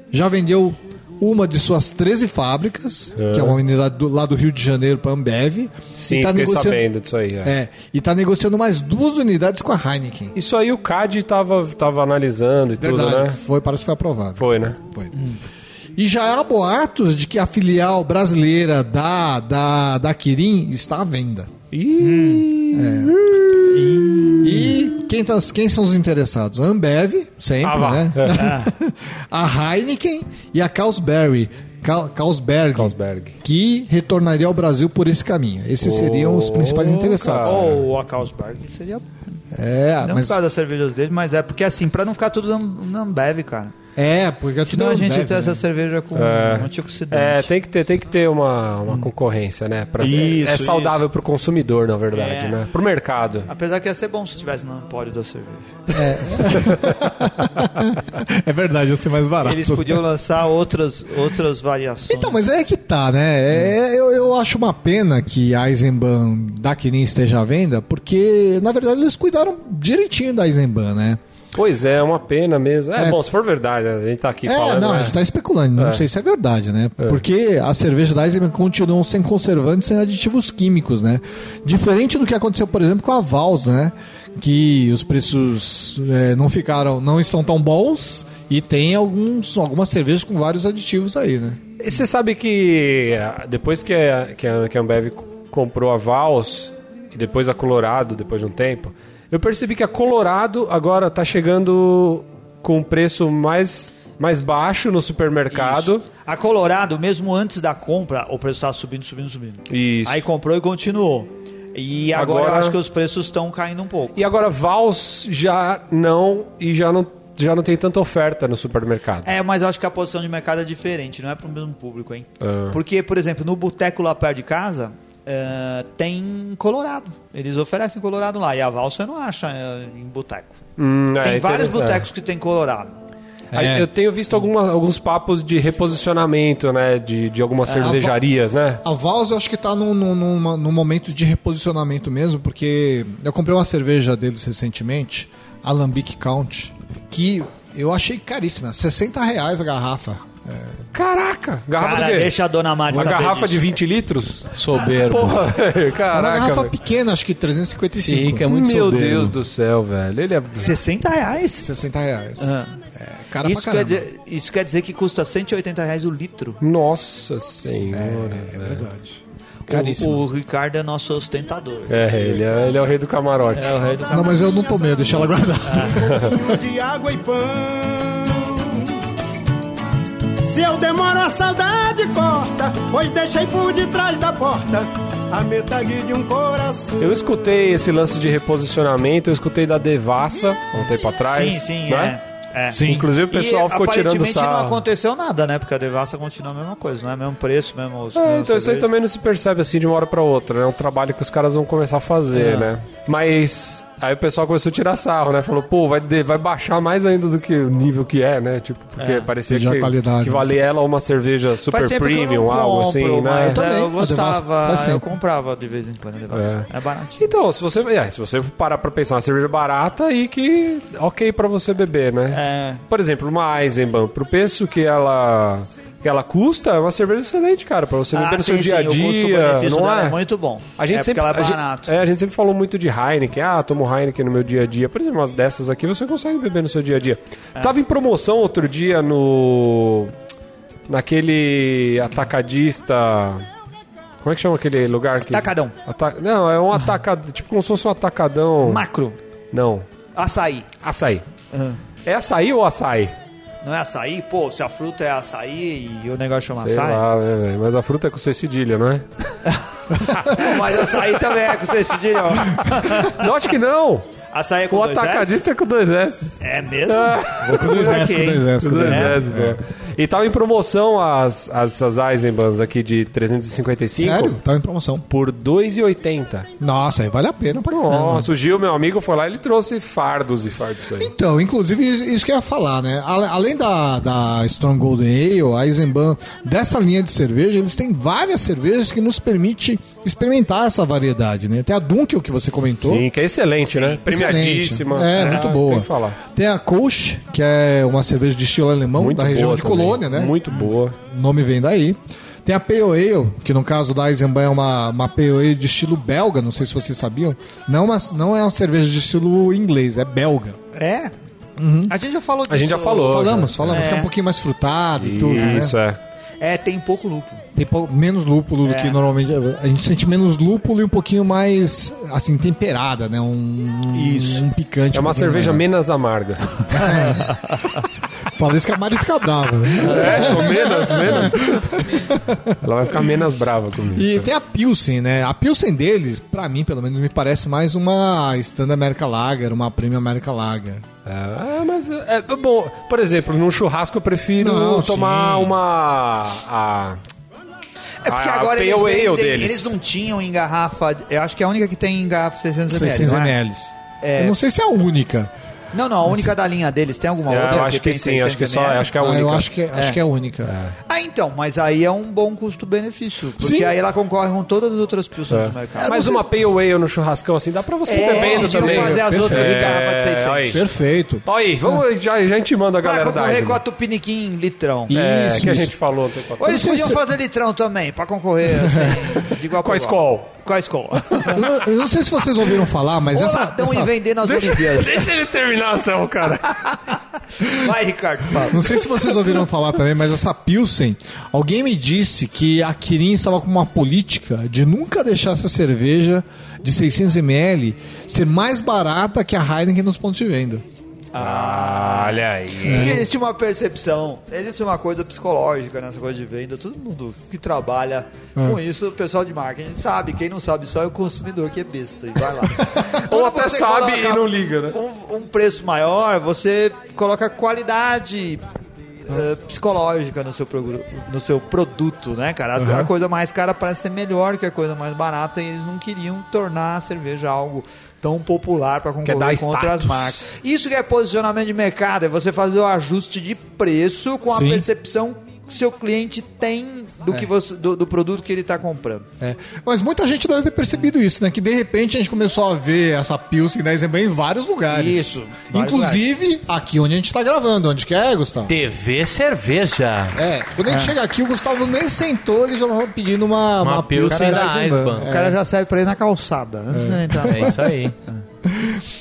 Speaker 1: Já vendeu uma de suas 13 fábricas, que é uma unidade do- lá do Rio de Janeiro para a Ambev.
Speaker 4: Sim,
Speaker 1: e tá
Speaker 4: fiquei
Speaker 1: negociando,
Speaker 4: sabendo disso aí. é.
Speaker 1: É, e tá negociando mais duas unidades com a Heineken.
Speaker 4: Isso aí o CAD tava, tava analisando e tudo,
Speaker 1: Verdade,
Speaker 4: né?
Speaker 1: foi, parece que foi aprovado.
Speaker 4: Foi, né?
Speaker 1: Foi. E já há boatos de que a filial brasileira da, da, da Kirin está à venda. É.
Speaker 4: Ih,
Speaker 1: E quem, tá- quem são os interessados? A Ambev, sempre,
Speaker 4: Ah, vá.
Speaker 1: né? a Heineken e a Carlsberg. Cal- Carlsberg,
Speaker 4: Carlsberg.
Speaker 1: que retornaria ao Brasil por esse caminho. Esses seriam os principais interessados.
Speaker 2: Ou a Carlsberg seria.
Speaker 1: É,
Speaker 2: Não tá-
Speaker 1: mas,
Speaker 2: por causa das cervejas dele, mas é porque assim, pra não ficar tudo na, na Ambev, cara.
Speaker 1: é porque assim
Speaker 2: Senão
Speaker 1: não
Speaker 2: a gente
Speaker 1: Ambev,
Speaker 2: tem
Speaker 1: né?
Speaker 2: essa cerveja com um antioxidante.
Speaker 4: É, tem que ter, tem que ter uma,
Speaker 1: Hum.
Speaker 4: uma concorrência, né? Pra, é-
Speaker 2: Isso,
Speaker 4: é saudável pro consumidor, na verdade,
Speaker 2: É.
Speaker 4: né? Pro mercado.
Speaker 2: Apesar que ia ser bom se tivesse no empório da cerveja.
Speaker 1: É verdade, eu sei mais barato.
Speaker 2: Eles podiam lançar outras, outras variações.
Speaker 1: Então, mas é que tá, né? É, eu, eu acho uma pena que a Eisenbahn da Kirin esteja à venda, porque, na verdade, eles cuidaram direitinho da Eisenbahn, né?
Speaker 4: Pois é, é uma pena mesmo. É,
Speaker 1: É.
Speaker 4: bom, se for verdade, a gente tá aqui
Speaker 1: É,
Speaker 4: falando.
Speaker 1: não,
Speaker 4: né?
Speaker 1: a gente tá especulando, não sei se é verdade, né? Porque as cervejas da Eisenbahn continuam sem conservantes, sem aditivos químicos, né? Diferente do que aconteceu, por exemplo, com a Vals, né? Que os preços é, não ficaram, não estão tão bons e tem alguns, algumas cervejas com vários aditivos aí, né?
Speaker 4: E você sabe que ah, depois que a, que a, que a Ambev c- comprou a Vals e depois a Colorado, depois de um tempo, eu percebi que a Colorado agora tá chegando com um preço mais, mais baixo no supermercado.
Speaker 2: A Colorado, mesmo antes da compra, o preço estava subindo, subindo, subindo.
Speaker 4: Isso.
Speaker 2: Aí comprou e continuou. E agora,
Speaker 4: Agora-
Speaker 2: eu acho que os preços estão caindo um pouco.
Speaker 4: E agora Vals já não e já não, já não tem tanta oferta no supermercado.
Speaker 2: É, mas eu acho que a posição de mercado é diferente, não é para o mesmo público, hein?
Speaker 4: Ah.
Speaker 2: Porque, por exemplo, no boteco lá perto de casa, eh, tem Colorado. Eles oferecem Colorado lá. E a Val você não acha eh, em boteco.
Speaker 4: Hum, é,
Speaker 2: tem vários
Speaker 4: interessante.
Speaker 2: botecos que tem Colorado.
Speaker 4: Aí
Speaker 1: É.
Speaker 4: Eu tenho visto alguma- alguns papos de reposicionamento, né? De, de
Speaker 2: Ah,
Speaker 4: algumas cervejarias, né?
Speaker 1: A Vals eu acho que tá num, num, numa- num momento de reposicionamento mesmo, porque eu comprei uma cerveja deles recentemente, Alambic Count, que eu achei caríssima, 60 reais a garrafa. É
Speaker 4: Caraca! Garrafa
Speaker 2: Cara,
Speaker 4: de
Speaker 2: deixa a dona Mari
Speaker 4: Uma
Speaker 2: saber
Speaker 4: garrafa
Speaker 2: disso.
Speaker 4: de 20 litros?
Speaker 3: Soberbo.
Speaker 4: Porra, velho,
Speaker 1: É uma
Speaker 4: caraca.
Speaker 1: garrafa
Speaker 4: velho.
Speaker 1: pequena, acho que 355.
Speaker 3: Sim, que é muito
Speaker 4: Meu
Speaker 3: soberbo.
Speaker 4: Deus do céu, velho. Ele é.
Speaker 2: 60 reais?
Speaker 1: 60 reais.
Speaker 2: Ah.
Speaker 1: É, cara
Speaker 2: isso,
Speaker 1: pra
Speaker 2: quer
Speaker 1: caramba.
Speaker 2: dizer, isso quer dizer que custa 180 reais o litro.
Speaker 4: Nossa senhora.
Speaker 1: É
Speaker 4: velho.
Speaker 1: verdade.
Speaker 2: O,
Speaker 1: Caríssimo.
Speaker 2: o Ricardo é nosso ostentador.
Speaker 4: É, ele é, ele é o rei do camarote.
Speaker 2: É o rei do
Speaker 1: Não, mas eu não tomei, eu deixei ela guardada.
Speaker 6: pouquinho de água e pão. Se eu demoro, a saudade corta, pois deixei por detrás da porta a metade de um coração.
Speaker 4: Eu escutei esse lance de reposicionamento, eu escutei da Devassa há um tempo atrás.
Speaker 2: Sim, sim,
Speaker 4: né?
Speaker 2: é. é.
Speaker 4: Inclusive o pessoal
Speaker 2: e,
Speaker 4: ficou tirando
Speaker 2: aparentemente não
Speaker 4: sarro.
Speaker 2: aconteceu nada, né? Porque a Devassa continua a mesma coisa, não é mesmo preço, mesmo...
Speaker 4: É, então isso aí também não se percebe assim de uma hora pra outra, né? É um trabalho que os caras vão começar a fazer,
Speaker 1: É.
Speaker 4: né? Mas aí o pessoal começou a tirar sarro, né? Falou, pô, vai, de- vai baixar mais ainda do que o nível que é, né? Tipo, porque parecia
Speaker 1: Seja a
Speaker 4: que,
Speaker 1: qualidade,
Speaker 4: que
Speaker 1: né?
Speaker 4: valia ela uma cerveja super premium, algo assim, né?
Speaker 2: Mas é,
Speaker 1: Também,
Speaker 2: eu
Speaker 1: a Devassa
Speaker 2: gostava,
Speaker 1: faz
Speaker 2: eu
Speaker 1: tempo.
Speaker 2: comprava de vez em quando a Devassa. É, baratinho.
Speaker 4: Então, se você, é, se você parar pra pensar, uma cerveja barata e que ok pra você beber, né?
Speaker 2: É,
Speaker 4: Por exemplo, uma Eisenbahn, pro preço que ela que ela custa, é uma cerveja excelente, cara, pra você beber
Speaker 2: ah,
Speaker 4: no
Speaker 2: sim,
Speaker 4: seu
Speaker 2: sim,
Speaker 4: dia a
Speaker 2: o
Speaker 4: dia,
Speaker 2: custo-benefício
Speaker 4: não
Speaker 2: dela é?
Speaker 4: é?
Speaker 2: muito bom.
Speaker 4: A gente
Speaker 2: é
Speaker 4: sempre,
Speaker 2: porque ela
Speaker 4: a
Speaker 2: é
Speaker 4: gente-
Speaker 2: barata.
Speaker 4: é, a gente sempre falou muito de Heineken. Ah, tomo Heineken no meu dia a dia. Por exemplo, umas dessas aqui você consegue beber no seu dia a dia.
Speaker 2: É.
Speaker 4: Tava em promoção outro dia no. Naquele atacadista. Como é que chama aquele lugar que.
Speaker 2: Atacadão.
Speaker 4: Ata- Não, é um atacadão. Tipo como se fosse um atacadão.
Speaker 2: Macro,
Speaker 4: Não.
Speaker 2: açaí.
Speaker 4: Açaí.
Speaker 2: Ah,
Speaker 4: É açaí ou açaí?
Speaker 2: Não é açaí? Pô, se a fruta é açaí e o negócio chama
Speaker 4: Sei
Speaker 2: açaí...
Speaker 4: lá, né, velho? Mas a fruta é com C cedilha, não é?
Speaker 2: Pô, Mas açaí também é com vocês decidiram.
Speaker 4: não, acho que não!
Speaker 2: Açaí é com
Speaker 4: O
Speaker 2: dois S?
Speaker 4: atacadista é com dois S.
Speaker 2: É mesmo?
Speaker 1: Vou com dois
Speaker 2: Ok.
Speaker 1: S, com dois S, com dois
Speaker 4: Dois
Speaker 1: S.
Speaker 4: S, velho. Né? É. E tava em promoção as, as, essas Eisenbahns aqui de 355
Speaker 1: Sério? Tava em promoção.
Speaker 4: por 2,80.
Speaker 1: Nossa, aí vale a pena pra caramba.
Speaker 4: Nossa, o Gil, meu amigo, foi lá e ele trouxe fardos e fardos aí.
Speaker 1: Então, inclusive, isso que eu ia falar, né? Ale- Além da, da Strong Golden Ale, a Eisenbahn, dessa linha de cerveja, eles têm várias cervejas que nos permite experimentar essa variedade, né? Tem a Dunkel, que você comentou.
Speaker 4: Sim, que é excelente, né? Premiadíssima.
Speaker 1: Então, É, muito boa.
Speaker 4: Tem que falar.
Speaker 1: Tem a Kolsch, que é uma cerveja de estilo alemão,
Speaker 4: Muito
Speaker 1: da região
Speaker 4: boa
Speaker 1: de
Speaker 4: também.
Speaker 1: Colônia, né?
Speaker 4: Muito boa.
Speaker 1: O nome vem daí. Tem a Pale Ale, que no caso da Eisenbahn é uma, uma Pale Ale de estilo belga, não sei se vocês sabiam. Não, é uma- não é uma cerveja de estilo inglês, é belga.
Speaker 2: É? A gente já falou disso.
Speaker 4: A gente já falou.
Speaker 1: Falamos, falamos, que é um pouquinho mais frutado e tudo, né?
Speaker 4: Isso, é.
Speaker 2: É, tem pouco lúpulo.
Speaker 1: Tem pou- menos lúpulo
Speaker 2: É.
Speaker 1: do que normalmente. A gente sente menos lúpulo e um pouquinho mais, assim, temperada, né? Um,
Speaker 2: Isso.
Speaker 1: um picante.
Speaker 4: É uma
Speaker 1: um pouquinho
Speaker 4: cerveja
Speaker 1: maior.
Speaker 4: menos amarga.
Speaker 1: Fala isso que a Mari fica brava. né?
Speaker 4: é, ou menos, menos. Ela vai ficar menos brava comigo.
Speaker 1: E tem a Pilsen, né? A Pilsen deles, pra mim, pelo menos, me parece mais uma Standard America Lager, uma Premium America Lager.
Speaker 4: Ah, mas é é bom. Por exemplo, num churrasco eu prefiro
Speaker 1: Não,
Speaker 4: tomar
Speaker 1: sim.
Speaker 4: uma. A,
Speaker 2: É porque
Speaker 4: Ah, a
Speaker 2: agora
Speaker 4: Pale
Speaker 2: eles,
Speaker 4: Ale
Speaker 2: vendem-
Speaker 4: deles.
Speaker 2: eles não tinham em garrafa. Eu acho que é a única que tem em garrafa 600 ml.
Speaker 1: 600
Speaker 2: não, é?
Speaker 1: ml. Eu não sei se é a única.
Speaker 2: não, não, a única da linha deles. Tem alguma
Speaker 4: É,
Speaker 2: outra?
Speaker 4: eu acho que
Speaker 2: tem
Speaker 4: sim, acho que
Speaker 2: 600
Speaker 4: só,
Speaker 2: ml?
Speaker 4: acho que é a
Speaker 1: Ah,
Speaker 4: única.
Speaker 1: eu acho que, acho que é a única.
Speaker 2: Ah, então, mas aí é um bom custo-benefício. Porque
Speaker 1: Sim.
Speaker 2: aí ela concorre com todas as outras pessoas
Speaker 4: É.
Speaker 2: do mercado.
Speaker 1: é
Speaker 4: Mas uma Pale Ale no churrascão assim, dá pra você ir
Speaker 2: É,
Speaker 4: bebendo
Speaker 2: eles iam
Speaker 4: também.
Speaker 2: fazer as
Speaker 4: Perfeito.
Speaker 2: outras em garrafa de 600.
Speaker 4: olha É, aí.
Speaker 1: Perfeito.
Speaker 4: Olha aí, vamos, já, já intimando a
Speaker 2: Pra
Speaker 4: galera da
Speaker 2: concorrer com a
Speaker 4: Eisenbahn.
Speaker 2: Tupiniquim em litrão.
Speaker 1: E-
Speaker 4: É,
Speaker 1: Isso,
Speaker 4: que a
Speaker 1: isso.
Speaker 4: gente falou. um tempo
Speaker 2: Ou
Speaker 4: atrás.
Speaker 2: eles
Speaker 1: Eu não sei
Speaker 2: podiam
Speaker 1: se-
Speaker 2: fazer litrão também, pra concorrer, assim, de igual
Speaker 4: Com a
Speaker 2: pra igual. Com a escola. então,
Speaker 1: Eu não- Eu não sei se vocês ouviram falar, mas
Speaker 2: Ou
Speaker 1: essa.
Speaker 2: latão
Speaker 1: essa-
Speaker 2: e vender nas Olimpíadas.
Speaker 4: Deixa ele terminar a ação, cara.
Speaker 2: Vai, Ricardo, fala.
Speaker 1: Não sei se vocês ouviram falar também, mas essa Pilsen, alguém me disse que a Kirin estava com uma política de nunca deixar essa cerveja de 600ml ser mais barata que a Heineken nos pontos de venda.
Speaker 4: Olha aí.
Speaker 2: Porque existe uma percepção, existe uma coisa psicológica nessa coisa de venda. Todo mundo que trabalha
Speaker 4: É.
Speaker 2: com isso, o pessoal de marketing sabe. Quem não sabe só é o consumidor que é besta e vai lá.
Speaker 4: Ou
Speaker 2: Quando
Speaker 4: até
Speaker 2: você
Speaker 4: sabe
Speaker 2: coloca
Speaker 4: e não liga, né?
Speaker 2: Um, um preço maior, você coloca qualidade eh, psicológica no seu, progru- no seu produto, né, cara? A- A
Speaker 1: Aham.
Speaker 2: coisa mais cara parece ser melhor que a coisa mais barata e eles não queriam tornar a cerveja algo tão popular para
Speaker 4: Quer dar
Speaker 2: concorrer contra as
Speaker 4: status.
Speaker 2: marcas. Isso que é posicionamento de mercado, é você fazer o ajuste de preço com
Speaker 1: Sim.
Speaker 2: a percepção que seu cliente tem do, que você, do, do produto que ele está comprando.
Speaker 1: É. Mas muita gente deve ter percebido isso, né? Que de repente a gente começou a ver essa Pilsen 10 em vários lugares.
Speaker 2: Isso, vários
Speaker 1: Inclusive aqui onde a gente está gravando. Onde que é, Gustavo?
Speaker 7: TV Cerveja.
Speaker 1: É, quando a gente chega aqui, o Gustavo nem sentou, ele já estava pedindo uma,
Speaker 3: Uma Pilsen da
Speaker 1: Eisenbahn.
Speaker 3: Eisenbahn.
Speaker 1: É.
Speaker 2: O cara já serve para ir na calçada, antes de entrar
Speaker 3: É isso aí.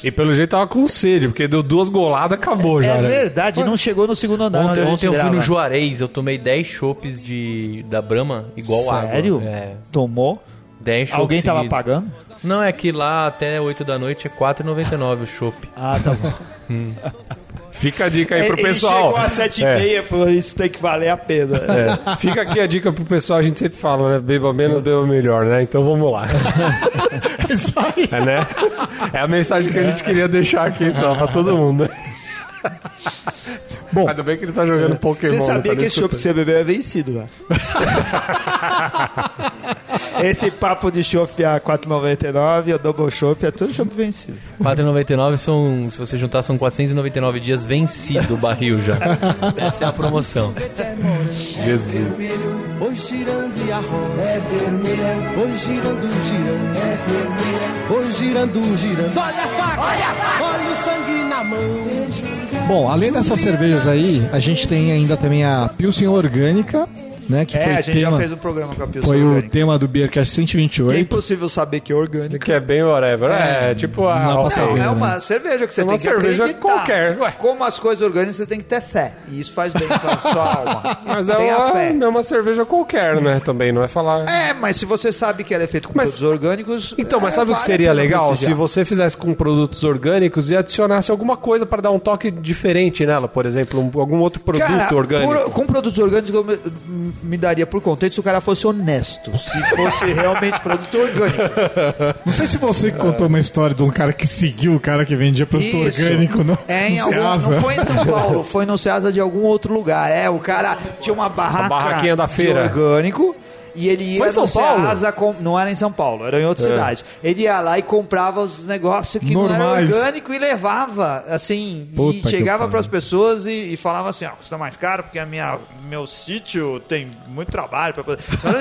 Speaker 4: E pelo jeito tava com sede, porque deu duas goladas acabou já,
Speaker 2: É
Speaker 4: né?
Speaker 2: verdade, não né? chegou no segundo andar. onde
Speaker 3: Ontem,
Speaker 2: a gente
Speaker 3: ontem eu fui
Speaker 2: grava.
Speaker 3: no Juarez, eu tomei 10 chopes de, da Brahma igual
Speaker 2: Sério?
Speaker 3: água. É,
Speaker 2: Tomou?
Speaker 3: 10 chopes
Speaker 2: Alguém tava
Speaker 3: seguidos.
Speaker 2: pagando?
Speaker 3: Não, é que lá até 8 da noite é 4,99 o chopp.
Speaker 2: Ah, tá bom.
Speaker 4: Fica a dica aí pro
Speaker 2: Ele
Speaker 4: pessoal.
Speaker 2: chegou às sete e meia e falou, isso tem que valer a pena.
Speaker 4: É. Fica aqui a dica pro pessoal, a gente sempre fala, né? Beba menos, beba melhor, né? Então vamos lá. É, né? é a mensagem que a gente queria deixar aqui só pra todo mundo. Bom, ainda bem que ele tá jogando Pokémon.
Speaker 2: é, Você
Speaker 4: né?
Speaker 2: sabia
Speaker 4: Tá
Speaker 2: que esse chopp que
Speaker 4: escutando.
Speaker 2: você bebeu é vencido, velho. esse papo de chopp a 4,99, o double chopp, é tudo chopp vencido.
Speaker 3: 4,99 são, se você juntar, são 499 dias vencido o barril já. Essa é a promoção.
Speaker 4: Jesus.
Speaker 5: Oi girando e a roda é vermelha. Oi girando, girando é vermelha. Oi girando, girando. Olha a faca, olha, a faca. olha o sangue na mão.
Speaker 1: Bom, além dessas cervejas aí, a gente tem ainda também a Pilsen Orgânica, né? Que foi,
Speaker 2: É, a gente
Speaker 1: tema,
Speaker 2: já fez um programa com a pessoa
Speaker 1: foi o
Speaker 2: orgânica.
Speaker 1: tema do Beercast
Speaker 2: É
Speaker 1: 128.
Speaker 2: impossível saber que é orgânico.
Speaker 4: Que é bem whatever. É, tipo a.
Speaker 1: Não,
Speaker 4: ok.
Speaker 1: passa bem.
Speaker 2: É uma cerveja que você
Speaker 4: É uma
Speaker 2: tem que
Speaker 4: cerveja
Speaker 2: acreditar.
Speaker 4: qualquer, ué.
Speaker 2: Como as coisas orgânicas, você tem que ter fé. E isso faz bem pra sua alma.
Speaker 4: Mas é
Speaker 2: Tenha
Speaker 4: uma,
Speaker 2: fé.
Speaker 4: é uma cerveja qualquer, né? Também, não é falar.
Speaker 2: É, mas se você sabe que ela é feita com
Speaker 4: Mas-
Speaker 2: produtos orgânicos...
Speaker 4: Então, mas
Speaker 2: é,
Speaker 4: sabe o que
Speaker 2: vale
Speaker 4: seria
Speaker 2: a pena
Speaker 4: legal? Se
Speaker 2: prestigiar.
Speaker 4: você fizesse com produtos orgânicos e adicionasse alguma coisa para dar um toque diferente nela, por exemplo, um- algum outro produto
Speaker 2: Cara,
Speaker 4: orgânico.
Speaker 2: por- com produtos orgânicos eu me, me daria por contente se o cara fosse honesto. Se fosse realmente produto orgânico.
Speaker 1: Não sei se você que contou uma história de um cara que seguiu o cara que vendia produto
Speaker 2: Isso.
Speaker 1: orgânico no,
Speaker 2: É em
Speaker 1: no
Speaker 2: algum, não
Speaker 1: Ceasa.
Speaker 2: foi em São Paulo, foi no Ceasa de algum outro lugar. É, o cara tinha uma barraca
Speaker 4: barraquinha da
Speaker 2: de
Speaker 4: feira.
Speaker 2: orgânico. E ele ia
Speaker 4: Foi em São
Speaker 2: no
Speaker 4: Paulo? É.
Speaker 2: Ceasa, com- não era em São Paulo, era em outra cidade. Ele ia lá e comprava os negócios que não
Speaker 1: Normais.
Speaker 2: eram orgânico e levava, assim,
Speaker 1: Puta que
Speaker 2: e chegava
Speaker 1: pariu.
Speaker 2: para as pessoas e, e falava assim, ó, custa mais caro porque a minha, meu sítio tem muito trabalho para produzir. Você não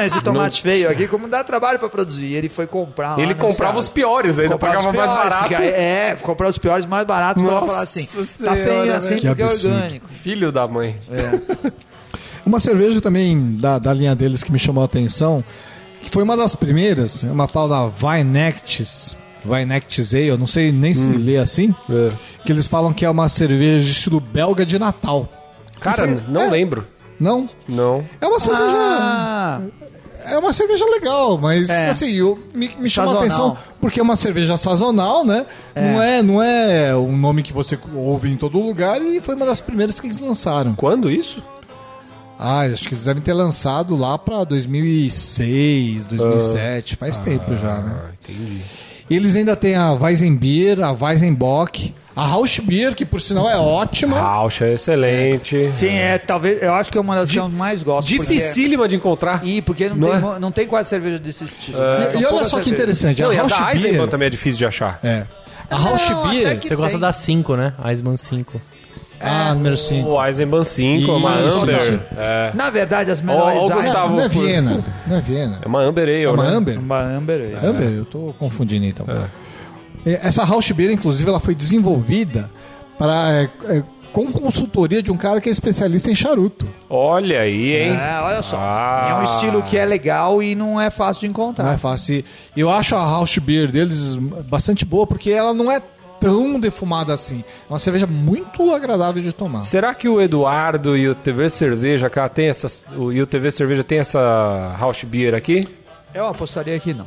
Speaker 2: esse tomate feio aqui, como dá trabalho para produzir. Ele foi comprar lá no
Speaker 4: Ele comprava os
Speaker 2: Ceasa.
Speaker 4: piores, ainda
Speaker 2: Comprar os
Speaker 4: pagava mais
Speaker 2: piores,
Speaker 4: barato.
Speaker 2: porque aí- É, comprar os piores mais baratos pra
Speaker 4: Nossa
Speaker 2: falar assim. Tá
Speaker 4: Senhora,
Speaker 2: feio assim
Speaker 1: Que
Speaker 2: porque é
Speaker 1: absurdo.
Speaker 2: orgânico.
Speaker 4: Filho da mãe.
Speaker 1: Uma cerveja também da, da linha deles que me chamou a atenção, que foi uma das primeiras, é uma tal da Vinectis. Vinectis Ale, eu não sei nem se lê assim. Que eles falam que é uma cerveja de estilo belga de Natal.
Speaker 4: Cara, não
Speaker 1: É.
Speaker 4: lembro.
Speaker 1: Não?
Speaker 4: Não.
Speaker 1: É uma cerveja.
Speaker 2: Ah,
Speaker 1: É uma cerveja legal, mas
Speaker 2: É.
Speaker 1: assim, eu, me, me chamou a
Speaker 2: Sazonal.
Speaker 1: atenção porque é uma cerveja sazonal, né? Não, é, não é um nome que você ouve em todo lugar e foi uma das primeiras que eles lançaram.
Speaker 4: Quando isso?
Speaker 1: Ah, acho que eles devem ter lançado lá pra 2006, 2007, faz tempo já, né?
Speaker 4: Entendi.
Speaker 1: E eles ainda têm a Weizenbier, a Weizenbock, a Rauschbier, que por sinal é ótima.
Speaker 4: Raucha, excelente.
Speaker 2: sim, é, talvez, eu acho que é uma das que eu mais gosto. porque-
Speaker 4: Dificílima de encontrar.
Speaker 2: Ih, porque não,
Speaker 4: Não
Speaker 2: tem,
Speaker 4: é?
Speaker 2: mo- não tem quase cerveja desse estilo.
Speaker 1: E-
Speaker 2: Ah, São
Speaker 1: e olha
Speaker 2: poucas
Speaker 1: só que
Speaker 2: cervejas.
Speaker 1: interessante,
Speaker 4: Não,
Speaker 1: a
Speaker 4: e a da Eisenbahn
Speaker 1: Rauschbier...
Speaker 4: também é difícil de achar.
Speaker 1: É. A
Speaker 2: até
Speaker 1: Rauschbier...
Speaker 2: que
Speaker 3: Você gosta
Speaker 2: tem.
Speaker 3: da 5, né? Iceman 5.
Speaker 1: Ah, número 5.
Speaker 4: O Eisenbahn 5, é uma
Speaker 1: Isso,
Speaker 4: Amber.
Speaker 1: isso.
Speaker 4: É,
Speaker 2: Na verdade, as
Speaker 4: ó,
Speaker 2: melhores...
Speaker 4: o
Speaker 2: áreas-
Speaker 4: Gustavo.
Speaker 1: Não é
Speaker 4: por-
Speaker 1: Viena, não é Viena.
Speaker 4: é uma Amber Ale,
Speaker 1: É uma
Speaker 4: né?
Speaker 1: Amber?
Speaker 2: Uma Amber Ale.
Speaker 1: Amber, eu tô confundindo então. É, Essa Rauschbier, inclusive, ela foi desenvolvida para, é, é, com consultoria de um cara que é especialista em charuto.
Speaker 4: Olha aí, hein?
Speaker 2: É, olha só.
Speaker 4: Ah. Né?
Speaker 2: É um estilo que é legal e não é fácil de
Speaker 1: Não é
Speaker 2: encontrar.
Speaker 1: fácil. E Eu acho a Rauschbier deles bastante boa, porque ela não é tão defumada assim. É uma cerveja muito agradável de tomar.
Speaker 4: Será que o Eduardo e o TV Cerveja cá tem essas. O, e o TV Cerveja tem essa Rausch Beer aqui?
Speaker 2: Eu apostaria que não.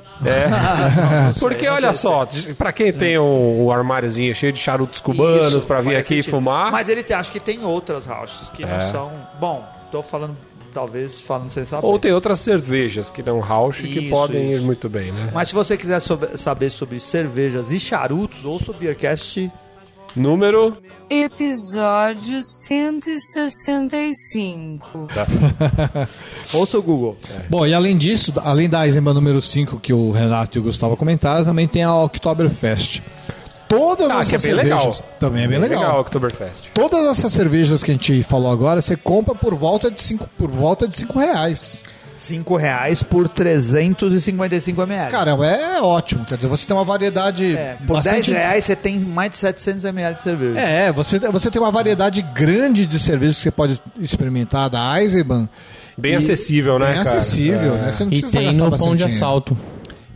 Speaker 4: Porque olha só, pra quem tem um, um armáriozinho cheio de charutos cubanos
Speaker 2: Isso,
Speaker 4: pra vir
Speaker 2: faz
Speaker 4: aqui
Speaker 2: sentido.
Speaker 4: fumar. É.
Speaker 2: Mas ele tem, acho que tem outras Rauschs que não são. Bom, tô falando, talvez falando sem saber.
Speaker 4: Ou tem outras cervejas que dão Rausch que
Speaker 2: Isso,
Speaker 4: podem
Speaker 2: isso.
Speaker 4: ir muito bem, né?
Speaker 2: Mas se você quiser sob- saber sobre cervejas e charutos, ouça o Beercast.
Speaker 4: Número.
Speaker 8: Episódio 165.
Speaker 2: Ouça o Google.
Speaker 1: Bom, e além disso, além da Eisenbahn número 5 que o Renato e o Gustavo comentaram, também tem a Oktoberfest. Todas
Speaker 4: Ah,
Speaker 1: essas
Speaker 4: que é bem
Speaker 1: cervejas
Speaker 4: legal.
Speaker 1: também é bem legal.
Speaker 4: Oktoberfest.
Speaker 1: Todas essas cervejas que a gente falou agora, você compra por volta de 5 por volta de cinco reais.
Speaker 2: 5 reais por 355 ml.
Speaker 1: Cara, é ótimo. Quer dizer, você tem uma variedade
Speaker 2: É, por
Speaker 1: bastante
Speaker 2: 10 reais você tem mais de 700 ml de cerveja.
Speaker 1: É, você, você tem uma variedade grande de cervejas que você pode experimentar da Eisenbahn.
Speaker 4: Bem
Speaker 1: E-
Speaker 4: acessível, né?
Speaker 1: Bem
Speaker 4: cara?
Speaker 1: acessível,
Speaker 4: É.
Speaker 1: né? Você não
Speaker 3: E
Speaker 1: precisa
Speaker 3: tem
Speaker 1: gastar
Speaker 3: no
Speaker 1: bastante
Speaker 3: pão de
Speaker 1: dinheiro.
Speaker 3: assalto.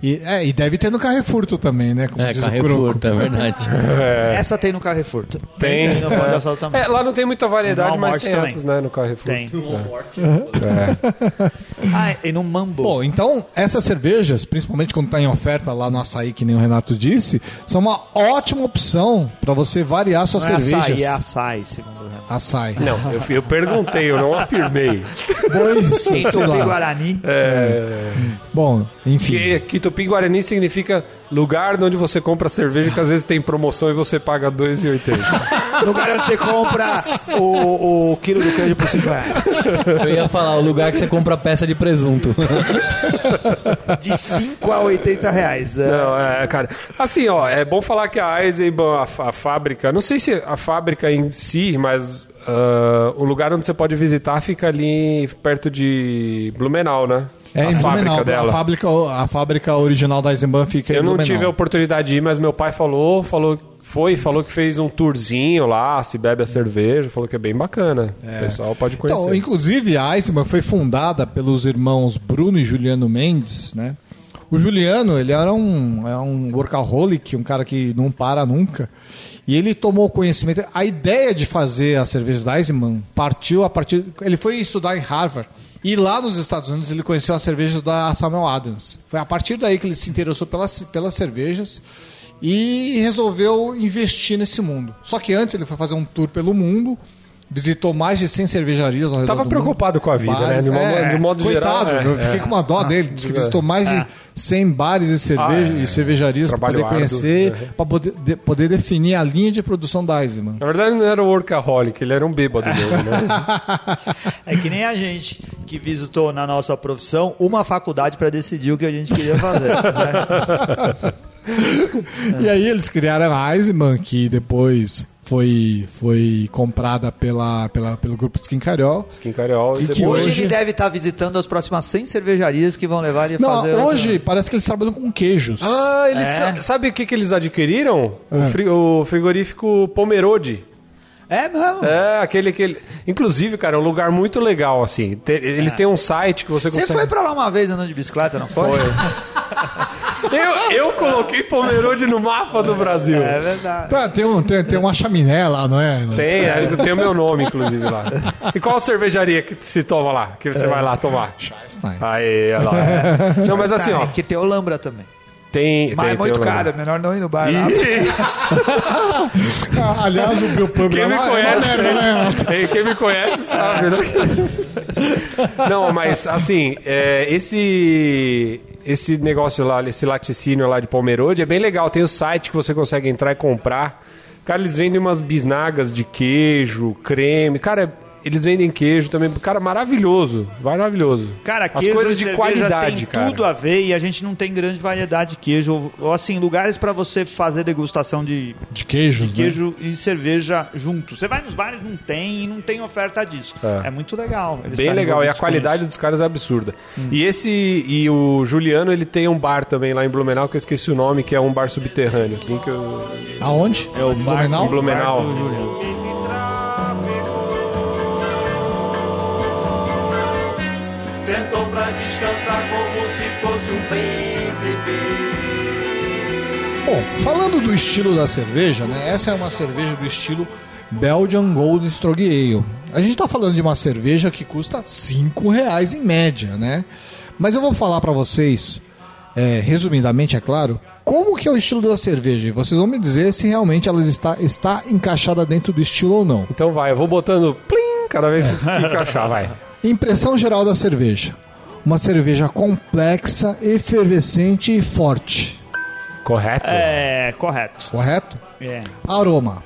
Speaker 1: E, é, e deve ter no Carrefurto também, né? Como
Speaker 3: É,
Speaker 1: diz o
Speaker 3: Carrefour,
Speaker 1: Croco.
Speaker 3: tá, é verdade.
Speaker 1: É.
Speaker 2: Essa tem no Carrefour.
Speaker 4: Tem.
Speaker 2: no Pão de Açúcar também.
Speaker 4: É, lá não tem muita variedade,
Speaker 2: No
Speaker 4: mas
Speaker 2: Walmart
Speaker 4: tem
Speaker 2: também.
Speaker 4: essas, né? No Carrefour.
Speaker 2: Tem.
Speaker 4: É.
Speaker 2: Ah, e no Mambo.
Speaker 1: Bom, então essas cervejas, principalmente quando está em oferta lá no açaí, que nem o Renato disse, são uma ótima opção para você variar suas
Speaker 2: não é
Speaker 1: cervejas.
Speaker 2: açaí, é açaí, segundo o Renato.
Speaker 1: Açaí.
Speaker 4: Não, eu, eu perguntei, eu não afirmei. É,
Speaker 1: Pois, sei
Speaker 2: Tupi
Speaker 1: lá. É.
Speaker 2: Guarani.
Speaker 1: Bom, enfim.
Speaker 4: Que, que Tupi Guarani significa lugar onde você compra cerveja que às vezes tem promoção e você paga R$2,80.
Speaker 2: Lugar onde você compra o, o quilo do queijo por 5 reais.
Speaker 3: Eu ia falar, o lugar que você compra peça de presunto.
Speaker 2: De 5 a 80 reais. né?
Speaker 4: não, é, cara. Assim, ó, é bom falar que a Eisenbahn, a, fa- a fábrica, não sei se a fábrica em si, mas ah, o lugar onde você pode visitar fica ali perto de Blumenau, né?
Speaker 1: É
Speaker 4: a
Speaker 1: em
Speaker 4: fábrica
Speaker 1: Blumenau.
Speaker 4: dela.
Speaker 1: A fábrica, a fábrica original da Eisenbahn fica em
Speaker 4: Eu não
Speaker 1: Blumenau.
Speaker 4: tive a oportunidade de ir, mas meu pai falou, falou, foi, falou que fez um tourzinho lá, se bebe a cerveja, falou que é bem bacana. O pessoal pode conhecer.
Speaker 1: Então, inclusive, a Eisenbahn foi fundada pelos irmãos Bruno e Juliano Mendes, né? O Juliano, ele era um, é um workaholic, um cara que não para nunca. E ele tomou conhecimento. A ideia de fazer a cerveja da Eisenbahn partiu a partir. Ele foi estudar em Harvard. E lá nos Estados Unidos ele conheceu as cervejas da Samuel Adams. Foi a partir daí que ele se interessou pelas, pelas cervejas e resolveu investir nesse mundo. Só que antes ele foi fazer um tour pelo mundo, visitou mais de 100 cervejarias ao redor
Speaker 4: Tava
Speaker 1: do
Speaker 4: preocupado
Speaker 1: mundo.
Speaker 4: com a vida, né?
Speaker 1: Bares,
Speaker 4: De modo- de modo
Speaker 1: coitado,
Speaker 4: geral, é,
Speaker 1: eu fiquei com uma dó dele. Disse que visitou mais de 100 bares e, cerveja,
Speaker 4: Ah, é.
Speaker 1: e cervejarias para
Speaker 4: Trabalho
Speaker 1: poder
Speaker 4: árduo.
Speaker 1: conhecer,
Speaker 4: Uhum.
Speaker 1: para poder, de- poder definir a linha de produção da Eisenman.
Speaker 4: Na verdade, ele não era um workaholic, ele era um bêbado mesmo, né?
Speaker 2: É que nem a gente que visitou na nossa profissão uma faculdade para decidir o que a gente queria fazer. né?
Speaker 4: É.
Speaker 1: E aí eles criaram a Eisenman, que depois foi, foi comprada pela, pela, pelo grupo Skin Cariol.
Speaker 4: Skin Cariol. E
Speaker 1: E que
Speaker 4: depois...
Speaker 2: Hoje,
Speaker 1: Hoje-
Speaker 2: ele deve estar visitando as próximas 100 cervejarias que vão levar ele a
Speaker 1: Não,
Speaker 2: fazer.
Speaker 1: hoje parece que eles trabalham com queijos.
Speaker 4: Ah, eles
Speaker 2: É.
Speaker 4: sa- sabe o que, que eles adquiriram? O, fri- o frigorífico Pomerode.
Speaker 2: É mesmo?
Speaker 4: É, aquele que. ele- Inclusive, cara, é um lugar muito legal, assim. Te- Eles têm um site que você
Speaker 2: É. Você
Speaker 4: consegue.
Speaker 2: foi pra lá uma vez andando de bicicleta, não foi?
Speaker 4: eu, eu coloquei Pomerode no mapa do Brasil.
Speaker 2: É verdade.
Speaker 1: Tá, tem, um, tem, tem uma chaminé lá, não é?
Speaker 4: Tem, é, tem o meu nome, inclusive, lá. E qual cervejaria que se toma lá? Que
Speaker 2: É.
Speaker 4: você vai lá tomar?
Speaker 1: Scheißstein.
Speaker 4: Aí, olha lá. é. Não, mas assim, ó.
Speaker 2: Tem que ter o Lambra também.
Speaker 4: Tem.
Speaker 2: Então, Mas
Speaker 4: tem, um
Speaker 2: é muito
Speaker 4: tem o
Speaker 2: caro,
Speaker 4: nome.
Speaker 2: é melhor não ir no bar lá.
Speaker 4: Ih,
Speaker 1: Ah, Aliás, o meu pub
Speaker 4: Quem
Speaker 1: lá
Speaker 4: me
Speaker 1: é uma
Speaker 4: conhece,
Speaker 1: merda, né?
Speaker 4: tem- quem me conhece sabe, né? Não, mas assim, é, esse esse negócio lá, esse laticínio lá de Pomerode é bem legal. Tem o site que você consegue entrar e comprar. Cara, eles vendem umas bisnagas de queijo, creme. Cara, eles vendem queijo também. Cara, maravilhoso. Maravilhoso.
Speaker 2: Cara,
Speaker 4: As
Speaker 2: queijo
Speaker 4: coisas
Speaker 2: e
Speaker 4: de
Speaker 2: cerveja
Speaker 4: qualidade,
Speaker 2: tem
Speaker 4: cara.
Speaker 2: tudo a ver e a gente não tem grande variedade de queijo. Ou assim, lugares pra você fazer degustação de
Speaker 1: De queijos, né?
Speaker 2: queijo e cerveja junto. Você vai nos bares, não tem, e não tem oferta disso. É, muito legal. eles
Speaker 4: Bem
Speaker 2: estarem
Speaker 4: legal, e a
Speaker 2: envolvidos com
Speaker 4: qualidade
Speaker 2: isso. Hum.
Speaker 4: dos caras é absurda. E esse e o Juliano, ele tem um bar também lá em Blumenau, que eu esqueci o nome, que é um bar subterrâneo, assim que eu...
Speaker 1: Aonde? É o
Speaker 4: em Blumenau.
Speaker 5: Sentou pra descansar como se fosse um príncipe.
Speaker 1: Bom, falando do estilo da cerveja, né? Essa é uma cerveja do estilo Belgian Golden Strong Ale. A gente tá falando de uma cerveja que custa R$ 5 reais em média, né? Mas eu vou falar para vocês, é, resumidamente, é claro, como que é o estilo da cerveja. E vocês vão me dizer se realmente ela está, está encaixada dentro do estilo ou não.
Speaker 4: Então vai, eu vou botando plim cada vez que encaixar, vai.
Speaker 1: Impressão geral da cerveja. Uma cerveja complexa, efervescente e forte.
Speaker 4: Correto?
Speaker 2: É, correto.
Speaker 1: Correto?
Speaker 2: É.
Speaker 1: Aroma.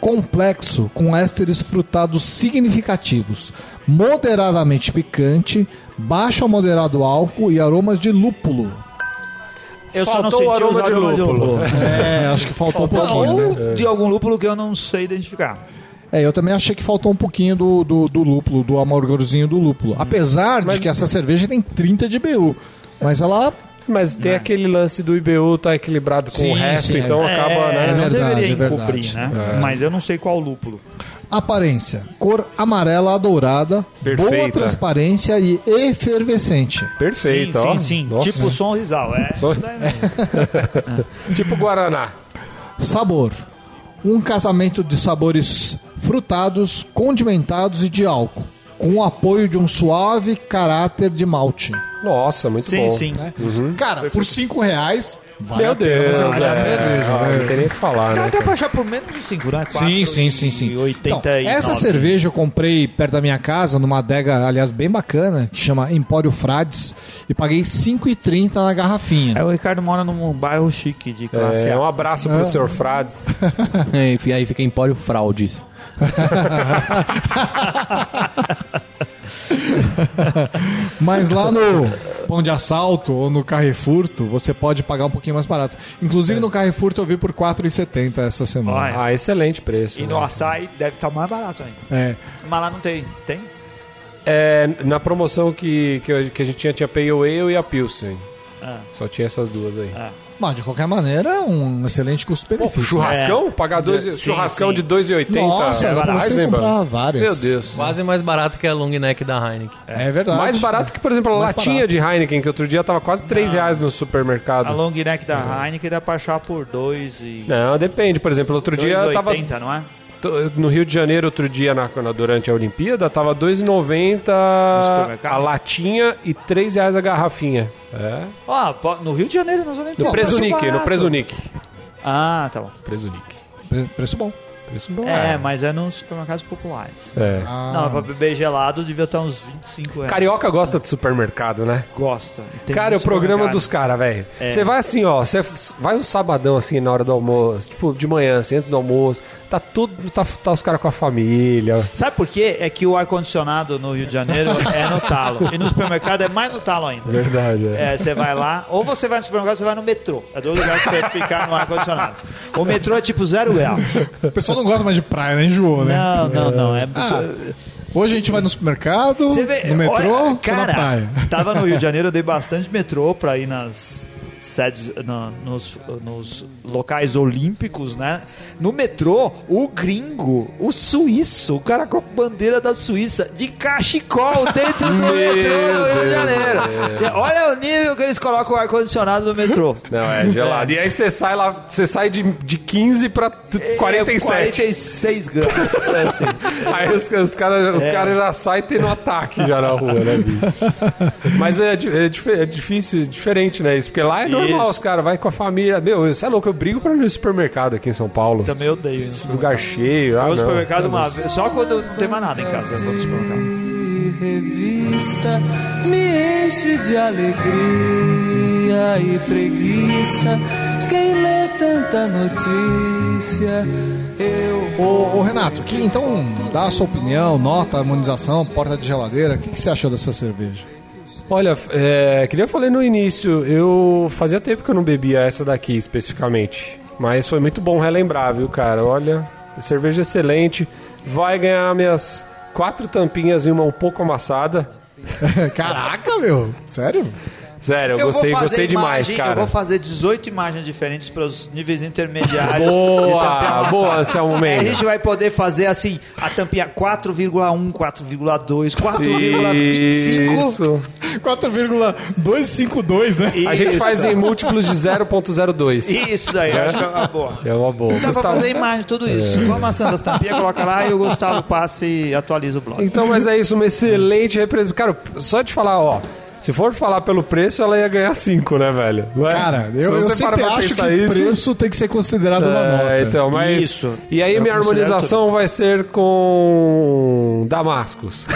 Speaker 1: Complexo com ésteres frutados significativos, moderadamente picante, baixo ou moderado álcool e aromas de lúpulo.
Speaker 2: Eu só não
Speaker 4: Faltou
Speaker 2: senti
Speaker 4: o
Speaker 2: os
Speaker 4: aroma de
Speaker 2: aromas de
Speaker 4: lúpulo. É.
Speaker 2: lúpulo.
Speaker 1: É, acho que faltou, um pouquinho. né?
Speaker 2: Ou de algum lúpulo que eu não sei identificar.
Speaker 1: É, eu também achei que faltou um pouquinho do, do, do lúpulo, do amargorzinho do lúpulo. Apesar de que essa cerveja tem 30 de BU, mas ela
Speaker 4: Mas tem aquele lance do IBU tá equilibrado com
Speaker 1: Sim,
Speaker 4: o resto,
Speaker 1: sim,
Speaker 4: então
Speaker 1: é.
Speaker 4: acaba,
Speaker 2: É. É, não
Speaker 4: né?
Speaker 1: verdade,
Speaker 2: deveria
Speaker 1: é verdade.
Speaker 2: encobrir, né? Mas eu não sei qual lúpulo.
Speaker 1: Aparência: cor amarela a dourada, boa
Speaker 4: Perfeita.
Speaker 1: transparência e efervescente.
Speaker 4: Perfeito, ó.
Speaker 2: sim, sim.
Speaker 4: Nossa.
Speaker 2: Tipo som risal. É,
Speaker 4: Som-
Speaker 2: isso daí mesmo.
Speaker 4: Tipo Guaraná.
Speaker 1: Sabor: um casamento de sabores frutados, condimentados e de álcool, com o apoio de um suave caráter de malte.
Speaker 4: Nossa, muito
Speaker 2: sim,
Speaker 4: bom.
Speaker 2: sim.
Speaker 1: Cara, por 5 reais, vale
Speaker 4: Meu
Speaker 1: a pena
Speaker 4: Deus,
Speaker 1: você usar essa
Speaker 4: é,
Speaker 1: cerveja,
Speaker 4: ó,
Speaker 1: né?
Speaker 4: não tem nem o que falar,
Speaker 2: Cara,
Speaker 4: né?
Speaker 2: dá
Speaker 4: cara?
Speaker 2: pra achar por menos de 5, né? Quatro
Speaker 1: Sim, sim, sim,
Speaker 2: E
Speaker 1: sim.
Speaker 2: 89.
Speaker 1: Então, essa cerveja eu comprei perto da minha casa, numa adega, aliás, bem bacana, que chama Empório Frades, e paguei 5,30 na garrafinha.
Speaker 2: É, o Ricardo mora num bairro chique de classe
Speaker 4: É,
Speaker 2: A.
Speaker 4: um abraço pro senhor Frades.
Speaker 3: É, e aí fica Empório Fraudes.
Speaker 1: Mas lá no Pão de Assalto ou no Carrefurto, você pode pagar um pouquinho mais barato. Inclusive no Carrefurto eu vi por 4,70 essa semana.
Speaker 2: Olha,
Speaker 4: Ah, excelente preço.
Speaker 2: É. E
Speaker 4: né?
Speaker 2: no açaí deve estar mais barato ainda.
Speaker 1: É.
Speaker 2: Mas lá não tem. Tem?
Speaker 4: É, na promoção que, que, eu- que a gente tinha, tinha Pale Ale e a Pilsen.
Speaker 2: Ah.
Speaker 4: Só tinha essas duas aí.
Speaker 1: Mas de qualquer maneira, é um excelente custo-benefício. né?
Speaker 4: Churrascão? Pagar dois,
Speaker 2: É. Sim,
Speaker 4: churrascão
Speaker 2: sim.
Speaker 4: de 2,80
Speaker 1: Nossa, dá pra você
Speaker 4: reais, é hein,
Speaker 1: comprar
Speaker 4: mano?
Speaker 1: várias.
Speaker 4: Meu Deus.
Speaker 3: Quase mais barato que a long neck da Heineken.
Speaker 1: É verdade.
Speaker 4: Mais barato que, por exemplo, a
Speaker 1: Mais
Speaker 4: latinha
Speaker 1: barato.
Speaker 4: de Heineken, que outro dia tava quase 3 reais no supermercado.
Speaker 2: A long neck da
Speaker 1: É.
Speaker 2: Heineken dá pra achar por 2 e...
Speaker 4: Não, depende. Por exemplo, outro dia eu tava
Speaker 2: 2,80, não é?
Speaker 4: t- no Rio de Janeiro, outro dia na, na- durante a Olimpíada, tava 2,90
Speaker 2: supermercado?
Speaker 4: a latinha e 3 reais a garrafinha. É.
Speaker 2: Ó, po- no Rio de Janeiro nós
Speaker 4: No
Speaker 2: Olimpíadas.
Speaker 4: preço Nick, no
Speaker 2: barato.
Speaker 4: preço Nick.
Speaker 2: Ah, tá bom.
Speaker 4: Preço Nick.
Speaker 1: Pre- Preço bom.
Speaker 4: Preço bom.
Speaker 2: É, mas é nos supermercados populares.
Speaker 4: É.
Speaker 1: Ah,
Speaker 2: Não, pra beber gelado devia estar uns 25 reais.
Speaker 4: Carioca gosta de supermercado, né?
Speaker 2: gosta. Tem
Speaker 4: cara, é o
Speaker 2: muito
Speaker 4: programa
Speaker 2: supermercado.
Speaker 4: dos caras, velho.
Speaker 2: É.
Speaker 4: Você vai assim, ó, você vai um sabadão assim na hora do almoço, tipo de manhã, assim, antes do almoço. Tá tudo, tá, tá os caras com a família.
Speaker 2: Sabe por quê? É que o ar-condicionado no Rio de Janeiro é no talo. E no supermercado é mais no talo ainda.
Speaker 4: Verdade,
Speaker 2: É, você vai lá, ou você vai no supermercado, ou você vai no metrô. É dois lugares que você ficar no ar-condicionado. O metrô é tipo zero grau.
Speaker 1: O pessoal não gosta mais de praia, né? Enjoou, né?
Speaker 2: Não, não, não. É
Speaker 1: Hoje a gente vai no supermercado,
Speaker 2: Você vê,
Speaker 1: no metrô,
Speaker 2: olha,
Speaker 1: ou na praia.
Speaker 2: Tava no Rio de Janeiro, eu dei bastante metrô pra ir nas sedes, na- nos, nos locais olímpicos, né? No metrô, o gringo, o suíço, o cara com a bandeira da Suíça, de cachecol dentro do metrô no Rio de Janeiro. Olha o nível que eles colocam o ar-condicionado no metrô.
Speaker 4: Não, é gelado. E aí você sai lá, você sai de, de 15 pra t-
Speaker 2: É,
Speaker 4: 47.
Speaker 2: 46 graus. É assim.
Speaker 4: Aí os, os caras
Speaker 2: É.
Speaker 4: os cara já saem tendo ataque já na rua, né, bicho? Mas é, di- é dif- é difícil, diferente, né? Isso, porque lá é normal,
Speaker 2: Isso.
Speaker 4: os caras vai com a família. Meu, você é louco, eu brigo pra ir no supermercado aqui em São Paulo.
Speaker 2: Também odeio. isso.
Speaker 4: Lugar cheio, ah,
Speaker 2: Vou no
Speaker 4: não.
Speaker 2: supermercado uma vez, só quando não tem mais nada em casa. eu vou no supermercado.
Speaker 5: E revista me enche de alegria e preguiça. Quem lê tanta notícia, eu.
Speaker 1: Ô, ô, Renato, que, então dá a sua opinião, nota, harmonização, porta de geladeira. O que, que você achou dessa cerveja?
Speaker 4: Olha, é, queria falar no início, eu fazia tempo que eu não bebia essa daqui especificamente, mas foi muito bom relembrar, viu, cara? Olha, cerveja é excelente, vai ganhar minhas quatro tampinhas e uma um pouco amassada.
Speaker 1: Caraca, meu. Sério?
Speaker 4: Sério, eu,
Speaker 2: vou
Speaker 4: gostei,
Speaker 2: fazer
Speaker 4: gostei demais,
Speaker 2: imagem- Eu
Speaker 4: cara.
Speaker 2: vou fazer 18 imagens diferentes para os níveis intermediários.
Speaker 4: Boa,
Speaker 2: de tampinha amassada.
Speaker 4: boa, Anselmo
Speaker 2: Aí
Speaker 4: Mendes.
Speaker 2: A gente vai poder fazer assim, um, a tampinha 4,1, 4,2, 4,25.
Speaker 4: Isso.
Speaker 1: 4,252, né?
Speaker 4: A gente faz em múltiplos de 0.02.
Speaker 2: Isso daí, eu acho que é uma boa.
Speaker 4: É uma boa.
Speaker 2: Dá pra
Speaker 4: Gustavo-
Speaker 2: fazer imagem, tudo isso. Com a maçã das tampinhas, coloca lá e o Gustavo passa e atualiza o blog.
Speaker 4: Então, mas é isso, uma excelente representação. Cara, só de falar, ó. Se for falar pelo preço, ela ia ganhar 5, né, velho? Não é?
Speaker 1: Cara,
Speaker 4: Se
Speaker 1: eu, eu
Speaker 4: você para
Speaker 1: sempre
Speaker 4: pra
Speaker 1: acho que
Speaker 4: pensar
Speaker 1: o preço tem que ser considerado uma nota.
Speaker 4: É, então, mas.
Speaker 2: Isso.
Speaker 4: E aí,
Speaker 2: Eu
Speaker 4: minha
Speaker 2: considero
Speaker 4: harmonização vai ser com. Damascos.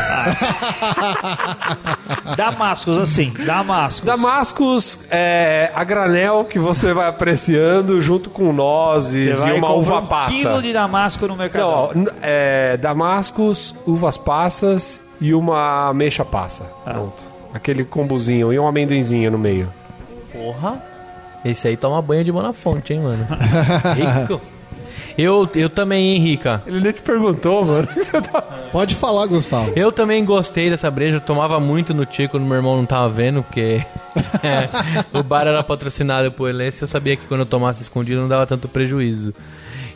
Speaker 4: Então.
Speaker 2: Damascos, assim, Damascos.
Speaker 4: Damascos é a granel que você vai apreciando junto com
Speaker 2: Você
Speaker 4: nozes e
Speaker 2: vai
Speaker 4: uma
Speaker 2: comprar
Speaker 4: uva
Speaker 2: um
Speaker 4: passa.
Speaker 2: quilo de um. Damasco no mercado.
Speaker 4: Não, ó, n- é, Damascos, uvas passas e uma ameixa passa.
Speaker 2: Ah.
Speaker 4: Pronto. Aquele combozinho e um amendoinzinho no meio.
Speaker 7: Porra. Esse aí toma banho de mão na fonte, hein, mano. Rico. Eu, eu também, hein, Rica.
Speaker 4: Ele nem te perguntou, mano. Você tá
Speaker 1: Pode falar, Gustavo.
Speaker 7: Eu também gostei dessa breja, eu tomava muito no Tico, meu irmão não tava vendo, porque é, o bar era patrocinado por Elense, eu sabia que quando eu tomasse escondido não dava tanto prejuízo.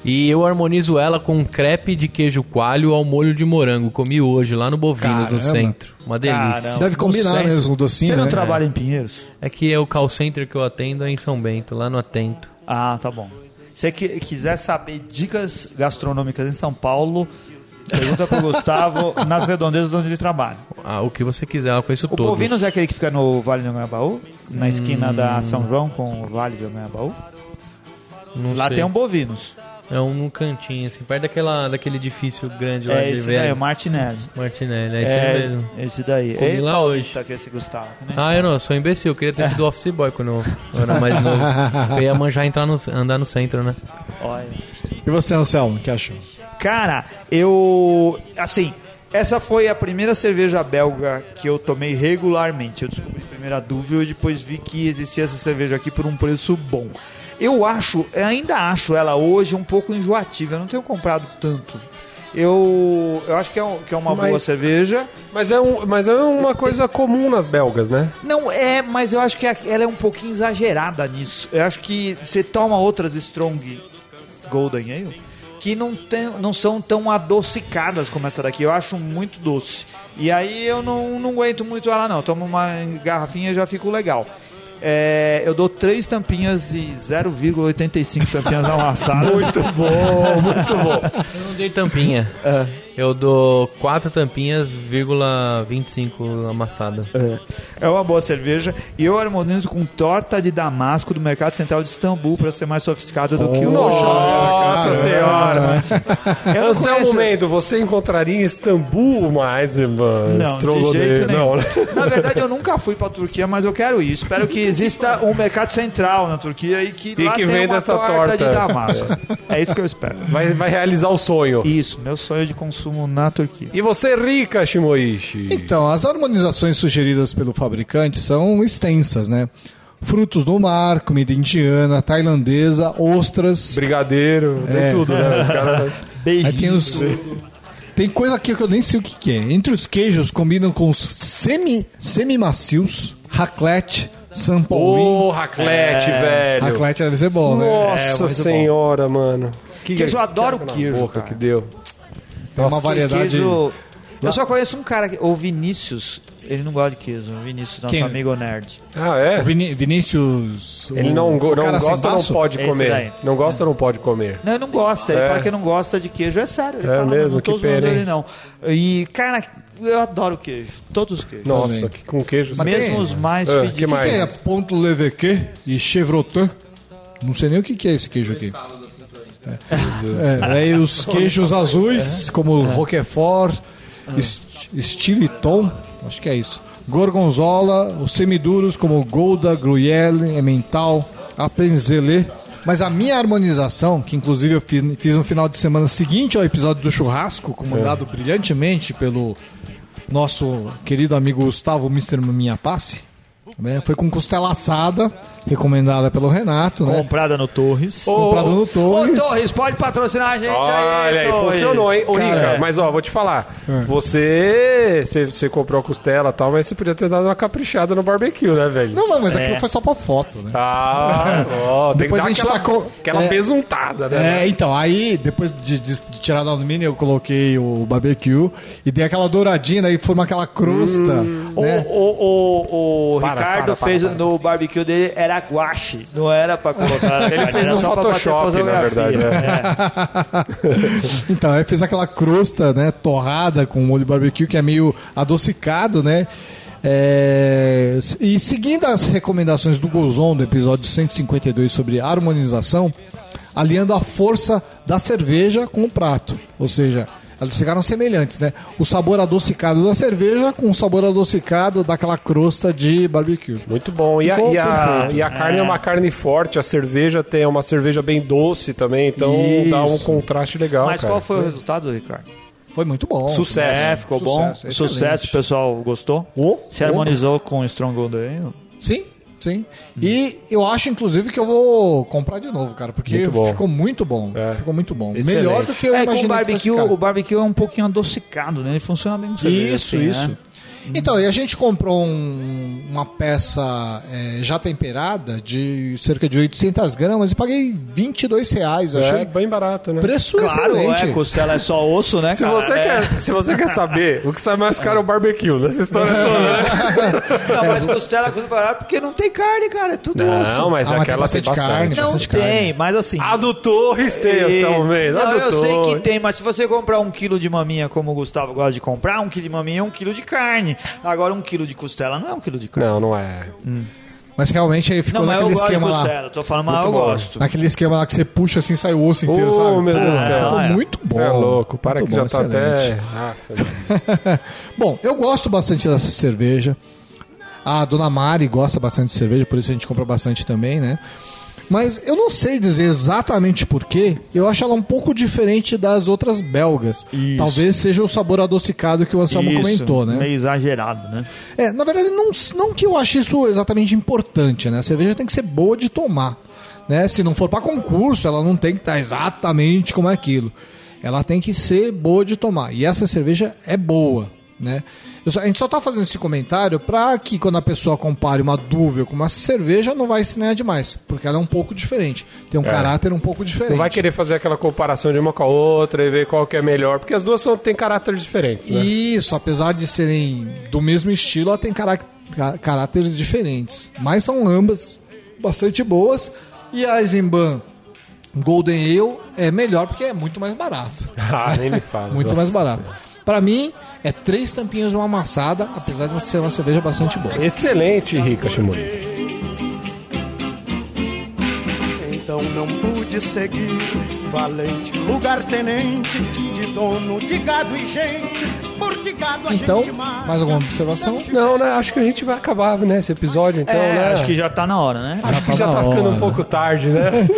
Speaker 7: E eu harmonizo ela com um crepe de queijo coalho ao molho de morango. Comi hoje lá no Bovinos, no
Speaker 1: Caramba.
Speaker 7: centro. Uma delícia.
Speaker 2: Caramba.
Speaker 1: Deve
Speaker 2: No
Speaker 1: combinar
Speaker 2: centro.
Speaker 1: mesmo o docinho,
Speaker 2: Você não
Speaker 1: né?
Speaker 2: trabalha em Pinheiros?
Speaker 7: É que é o call center que eu atendo é em São Bento, lá no Atento.
Speaker 2: Ah, tá bom. Se você qui- quiser saber dicas gastronômicas em São Paulo, pergunta pro Gustavo nas redondezas onde ele trabalha.
Speaker 7: Ah, o que você quiser, eu conheço
Speaker 2: O
Speaker 7: todo.
Speaker 2: Bovinos é aquele que fica no Vale do Anhangabaú? Na esquina da
Speaker 7: Hum.
Speaker 2: São João com o Vale do Anhangabaú?
Speaker 7: Não
Speaker 2: Lá
Speaker 7: sei.
Speaker 2: tem um Bovinos.
Speaker 7: É um cantinho, assim, perto daquela, daquele edifício grande lá
Speaker 2: É
Speaker 7: de
Speaker 2: esse daí,
Speaker 7: velho.
Speaker 2: o Martinelli.
Speaker 7: Martinelli, é,
Speaker 2: É,
Speaker 7: isso mesmo.
Speaker 2: esse daí.
Speaker 7: Comi
Speaker 2: Ei,
Speaker 7: lá
Speaker 2: paulista que esse Gustavo. né?
Speaker 7: Ah, eu não, eu sou imbecil. Eu queria ter sido office boy quando eu era mais novo. Eu ia manjar entrar no, andar no centro, né?
Speaker 2: Olha.
Speaker 1: E você, Anselmo, o que achou?
Speaker 2: Cara, eu. Assim, essa foi a primeira cerveja belga que eu tomei regularmente. Eu descobri primeiro a dúvida e depois vi que existia essa cerveja aqui por um preço bom. Eu acho, eu ainda acho ela hoje um pouco enjoativa. Eu não tenho comprado tanto. Eu, eu acho que é, um- que é uma
Speaker 4: Mas-
Speaker 2: boa cerveja.
Speaker 4: Mas é, um, mas é uma coisa comum nas belgas, né?
Speaker 2: Não é, mas eu acho que ela é um pouquinho exagerada nisso. Eu acho que você toma outras Strong Golden Ale que não, tem, não são tão adocicadas como essa daqui. Eu acho muito doce. E aí eu não, não aguento muito ela, não. Eu Tomo uma garrafinha e já fico legal. É, eu dou três tampinhas e 0,85 tampinhas amassadas. muito bom, muito bom.
Speaker 7: Eu não dei tampinha.
Speaker 2: É.
Speaker 7: Eu dou 4 tampinhas, vírgula 25 amassada.
Speaker 2: É uma boa cerveja. E eu harmonizo com torta de damasco do Mercado Central de Istambul para ser mais sofisticado do que o
Speaker 4: Nossa senhora!
Speaker 2: Eu não
Speaker 4: Esse é o
Speaker 2: conheço-
Speaker 4: momento, você encontraria em Istambul uma Eisenbahn
Speaker 2: Não, de
Speaker 4: Strogodev-
Speaker 2: jeito nenhum.
Speaker 4: Não, né?
Speaker 2: Na verdade, eu nunca fui pra Turquia, mas eu quero ir. Espero que exista um mercado central na Turquia e que
Speaker 4: E
Speaker 2: lá
Speaker 4: que
Speaker 2: tenha
Speaker 4: venda
Speaker 2: uma
Speaker 4: essa
Speaker 2: torta, de
Speaker 4: torta.
Speaker 2: damasco. É isso que eu espero.
Speaker 4: Vai, vai realizar o sonho.
Speaker 2: Isso, meu sonho de consumo na Turquia.
Speaker 4: E você, rica, Shimoishi?
Speaker 1: Então, as harmonizações sugeridas pelo fabricante são extensas, né? Frutos do mar, comida indiana, tailandesa, ostras.
Speaker 4: Brigadeiro, tem
Speaker 1: É.
Speaker 4: tudo, né? Os caras...
Speaker 1: Aí tem os. Tem coisa aqui que eu nem sei o que, que é. Entre os queijos combinam com os semi, semi-macios, raclette, sampolim.
Speaker 4: Ô, raclette,
Speaker 2: É,
Speaker 4: velho!
Speaker 1: raclette deve ser bom, né?
Speaker 4: Nossa senhora, mano. Que
Speaker 2: Queijo, eu adoro
Speaker 4: tchaca na
Speaker 2: queijo,
Speaker 4: boca
Speaker 2: cara.
Speaker 4: que deu.
Speaker 1: Tem uma variedade.
Speaker 2: Queijo... Eu só conheço um cara, que- o Vinícius. Ele não gosta de queijo. O Vinícius, nosso
Speaker 1: Quem?
Speaker 2: amigo nerd.
Speaker 4: Ah, é?
Speaker 1: O Vini- Vinícius.
Speaker 4: Ele
Speaker 1: o-
Speaker 4: não, go-
Speaker 1: o
Speaker 4: não
Speaker 1: cara sem
Speaker 4: gosta ou não
Speaker 1: baço?
Speaker 4: pode
Speaker 2: É Esse
Speaker 4: comer?
Speaker 2: daí. É.
Speaker 4: Não gosta ou não pode comer?
Speaker 2: Não, ele não gosta. Ele
Speaker 4: É.
Speaker 2: fala que não gosta de queijo. É sério. Ele
Speaker 4: É
Speaker 2: fala,
Speaker 4: mesmo?
Speaker 2: não tô
Speaker 4: Que
Speaker 2: zoando
Speaker 4: pena,
Speaker 2: ele,
Speaker 4: hein?
Speaker 2: não. E, cara, eu adoro queijo. Todos os queijos.
Speaker 4: Nossa,
Speaker 1: Também.
Speaker 4: que, com queijo... você-
Speaker 2: Mesmo os mais
Speaker 4: Ah,
Speaker 2: fedidos.
Speaker 4: que
Speaker 1: O que é
Speaker 4: mais?
Speaker 1: Ponto Leveque e Chevrotin? Não sei nem o que, que é esse queijo aqui. É, é, aí os queijos azuis, como Roquefort, est- Stiliton, acho que é isso. Gorgonzola, os semiduros como Golda, Gruyère, Emmental, Appenzeller. Mas a minha harmonização, que inclusive eu fi- fiz no final de semana seguinte ao episódio do churrasco, comandado brilhantemente pelo nosso querido amigo Gustavo Mr. Minha Passe, né? Foi com costela assada, recomendada pelo Renato, né?
Speaker 2: Comprada no Torres.
Speaker 1: Comprado no Torres.
Speaker 2: Ô, Torres, pode patrocinar a gente
Speaker 4: Olha aí,
Speaker 2: Torres.
Speaker 4: funcionou, hein? Ô,
Speaker 2: Cara,
Speaker 1: é.
Speaker 4: Rica, mas ó, vou te falar. Você, você, você comprou a costela e tal, mas você podia ter dado uma caprichada no barbecue, né, velho?
Speaker 1: Não, não, mas aquilo foi só pra foto, né?
Speaker 4: Ah, ó, tem que
Speaker 1: Depois
Speaker 4: dar
Speaker 1: a gente
Speaker 4: aquela,
Speaker 1: tacou-
Speaker 4: aquela
Speaker 1: é.
Speaker 4: besuntada, né?
Speaker 1: É, então, aí depois de, de- de tirar do alumínio, eu coloquei o barbecue e dei aquela douradinha, daí forma aquela crusta.
Speaker 2: O,
Speaker 1: né?
Speaker 2: o, o, o
Speaker 4: Para,
Speaker 2: Ricardo
Speaker 4: para, para,
Speaker 2: fez
Speaker 4: para.
Speaker 2: no barbecue dele era guache, não era pra colocar. na
Speaker 4: Ele
Speaker 2: carne,
Speaker 4: fez
Speaker 2: era
Speaker 4: no
Speaker 2: só pra bater
Speaker 4: Photoshop, na
Speaker 2: fotografia. É,
Speaker 4: verdade. né?
Speaker 1: Então, aí fiz aquela crusta, né, torrada com molho barbecue, que é meio adocicado, né? É, e seguindo as recomendações do Gozon, do episódio 152 sobre harmonização, aliando a força da cerveja com o prato. Ou seja, elas ficaram semelhantes, né? O sabor adocicado da cerveja com o sabor adocicado daquela crusta de barbecue.
Speaker 4: Muito bom. E a,
Speaker 1: Ficou
Speaker 4: e a,
Speaker 1: perfeito.
Speaker 4: e a carne é. uma carne forte, a cerveja tem é uma cerveja bem doce também, então dá um
Speaker 1: Isso.
Speaker 4: contraste legal.
Speaker 2: Mas
Speaker 4: cara.
Speaker 2: qual foi o resultado, Ricardo?
Speaker 1: Foi muito bom.
Speaker 4: Sucesso.
Speaker 2: É, ficou
Speaker 1: Sucesso,
Speaker 2: bom.
Speaker 1: excelente.
Speaker 2: Sucesso, pessoal. Gostou?
Speaker 1: Oh,
Speaker 2: Se
Speaker 1: oh.
Speaker 2: harmonizou com o Strong Gold aí?
Speaker 1: Sim, sim. E eu acho, inclusive, que eu vou comprar de novo, cara, porque
Speaker 4: Muito bom.
Speaker 1: ficou muito bom.
Speaker 4: É.
Speaker 1: Ficou muito bom.
Speaker 4: Excelente.
Speaker 1: Melhor do que eu
Speaker 2: É, com
Speaker 1: imaginei.
Speaker 2: o
Speaker 1: que
Speaker 2: barbecue,
Speaker 1: fosse
Speaker 2: o
Speaker 1: ficar.
Speaker 2: barbecue é um pouquinho adocicado, né? Ele funciona bem com cerveja.
Speaker 1: Isso,
Speaker 2: assim,
Speaker 1: isso.
Speaker 2: né?
Speaker 1: Então, e a gente comprou um- uma peça é, já temperada de cerca de 800 gramas e paguei 22 reais. Eu
Speaker 4: É
Speaker 1: achei
Speaker 4: bem barato, né?
Speaker 1: preço
Speaker 2: Claro,
Speaker 1: excelente.
Speaker 2: é, costela é só osso, né,
Speaker 4: Se
Speaker 2: cara?
Speaker 4: você,
Speaker 2: É.
Speaker 4: quer, se você quer saber, o que sai mais caro é o barbecue nessa história
Speaker 1: É.
Speaker 4: toda, né?
Speaker 2: Não, mas costela é coisa barata porque não tem carne, cara. É tudo osso.
Speaker 4: Não, mas
Speaker 1: Ah, mas tem
Speaker 4: aquela tem
Speaker 1: bastante
Speaker 4: bastante.
Speaker 1: carne.
Speaker 2: Não
Speaker 1: bastante
Speaker 2: tem,
Speaker 1: carne.
Speaker 2: mas assim...
Speaker 4: A do Torres tem, Anselmo Mendes. a
Speaker 2: Não,
Speaker 4: do
Speaker 2: eu sei
Speaker 4: Torres.
Speaker 2: que tem, mas se você comprar um quilo de maminha, como o Gustavo gosta de comprar, um quilo de maminha é um quilo de carne. Agora, um quilo de costela não é um quilo de carne.
Speaker 4: Não, não é.
Speaker 1: Mas realmente aí ficou
Speaker 2: Não, é mas eu
Speaker 1: naquele
Speaker 2: gosto de
Speaker 1: esquema lá.
Speaker 2: costela. Tô falando, mas
Speaker 4: Muito
Speaker 2: eu
Speaker 4: bom.
Speaker 2: gosto.
Speaker 1: Naquele esquema lá que você puxa assim, sai o osso inteiro,
Speaker 4: Ô,
Speaker 1: sabe?
Speaker 4: meu Deus do
Speaker 1: Ah,
Speaker 4: céu.
Speaker 1: Ficou
Speaker 2: Ah, é.
Speaker 1: muito bom.
Speaker 4: Você é louco, para
Speaker 1: Muito
Speaker 4: que
Speaker 1: bom,
Speaker 4: já tá
Speaker 1: excelente.
Speaker 4: até. Ah,
Speaker 1: Bom, eu gosto bastante dessa cerveja. A dona Mari gosta bastante de cerveja, por isso a gente compra bastante também, né? Mas eu não sei dizer exatamente porquê. Eu acho ela um pouco diferente das outras belgas.
Speaker 2: Isso.
Speaker 1: Talvez seja o sabor adocicado que o Anselmo
Speaker 2: Isso,
Speaker 1: comentou, né?
Speaker 2: Meio exagerado, né?
Speaker 1: É, na verdade, não, não que eu ache isso exatamente importante, né? A cerveja tem que ser boa de tomar. Né? Se não for para concurso, ela não tem que estar exatamente como é aquilo. Ela tem que ser boa de tomar. E essa cerveja é boa, né? Eu só- a gente só tá fazendo esse comentário para que quando a pessoa compare uma dúvida com uma cerveja, não vai estranhar demais. Porque ela é um pouco diferente. Tem um caráter um pouco diferente.
Speaker 4: É. Não vai querer fazer aquela comparação de uma com a outra e ver qual que é melhor, porque as duas são, têm caráteres diferentes, né?
Speaker 1: Isso, apesar de serem do mesmo estilo, ela tem carac- ca- caráteres diferentes. Mas são ambas bastante boas. E a Eisenbahn Golden Ale é melhor porque é muito mais barato.
Speaker 4: Ah, nem me fala.
Speaker 1: Muito
Speaker 4: Nossa.
Speaker 1: mais barato. Pra mim, é três tampinhas de uma amassada, apesar de ser uma cerveja bastante boa.
Speaker 4: Excelente, Rica Shimori.
Speaker 6: Então não pude seguir, valente lugar tenente, de dono de gado e gente, porque gado a
Speaker 1: Então,
Speaker 6: gente mata.
Speaker 1: mais alguma observação?
Speaker 4: Não, né? Acho que a gente vai acabar né, esse episódio, então,
Speaker 2: é,
Speaker 4: né?
Speaker 2: acho que já tá na hora, né?
Speaker 4: Acho que já
Speaker 1: tá
Speaker 4: tá
Speaker 1: na
Speaker 4: ficando
Speaker 1: hora.
Speaker 4: um pouco tarde, né?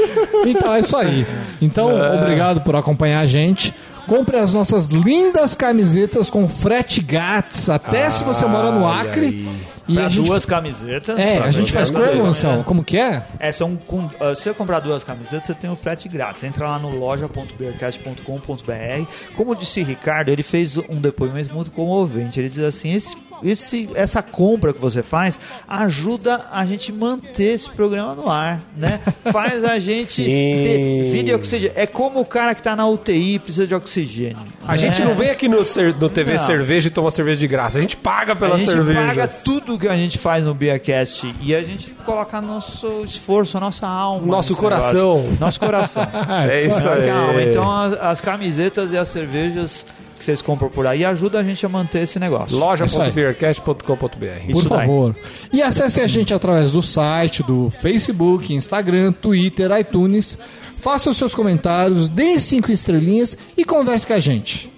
Speaker 1: Então é isso aí. Então,
Speaker 2: É.
Speaker 1: obrigado por acompanhar a gente. Compre as nossas lindas camisetas com frete grátis, até se você mora no
Speaker 4: Olha
Speaker 1: Acre.
Speaker 4: aí.
Speaker 1: E
Speaker 2: Pra
Speaker 1: a gente,
Speaker 2: duas camisetas.
Speaker 1: é,
Speaker 2: pra
Speaker 1: a gente
Speaker 2: duas
Speaker 1: faz
Speaker 2: camisetas.
Speaker 1: como, Anselmo? Como que é?
Speaker 2: É, são com- ah, se você comprar duas camisetas, você tem um frete grátis. Entra lá no loja.beercast.com.br. Como disse Ricardo, ele fez um depoimento muito comovente. Ele diz assim: esse, esse- essa compra que você faz ajuda a gente manter esse programa no ar, né? Faz a gente ter
Speaker 4: Sim.
Speaker 2: vida e oxigênio. É como o cara que tá na UTI e precisa de oxigênio. Né?
Speaker 4: A gente não vem aqui no, cer- no TV
Speaker 2: É. Não.
Speaker 4: Cerveja e toma cerveja de graça. A gente paga pela
Speaker 2: a gente
Speaker 4: cerveja.
Speaker 2: paga tudo que a gente faz no Beercast e a gente coloca nosso esforço, a nossa alma.
Speaker 4: Nosso
Speaker 2: nesse
Speaker 4: coração.
Speaker 2: negócio. Nosso coração.
Speaker 1: Ah,
Speaker 4: É isso aí.
Speaker 2: Legal, Então as, as camisetas e as cervejas que vocês compram por aí ajudam a gente a manter esse negócio.
Speaker 4: loja.beercast.com.br
Speaker 1: Por
Speaker 2: Isso daí.
Speaker 1: favor. E acesse a gente através do site, do Facebook, Instagram, Twitter, iTunes. Faça os seus comentários, dê cinco estrelinhas e converse com a gente.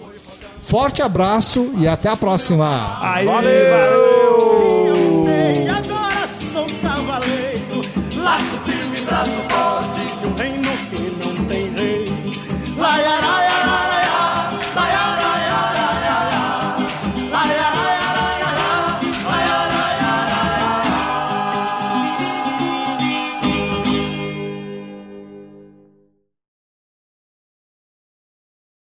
Speaker 1: Forte abraço e até a próxima.
Speaker 2: Aí, valeu!
Speaker 6: Eu dei, agora sou cavaleiro, um laço, fio e braço, um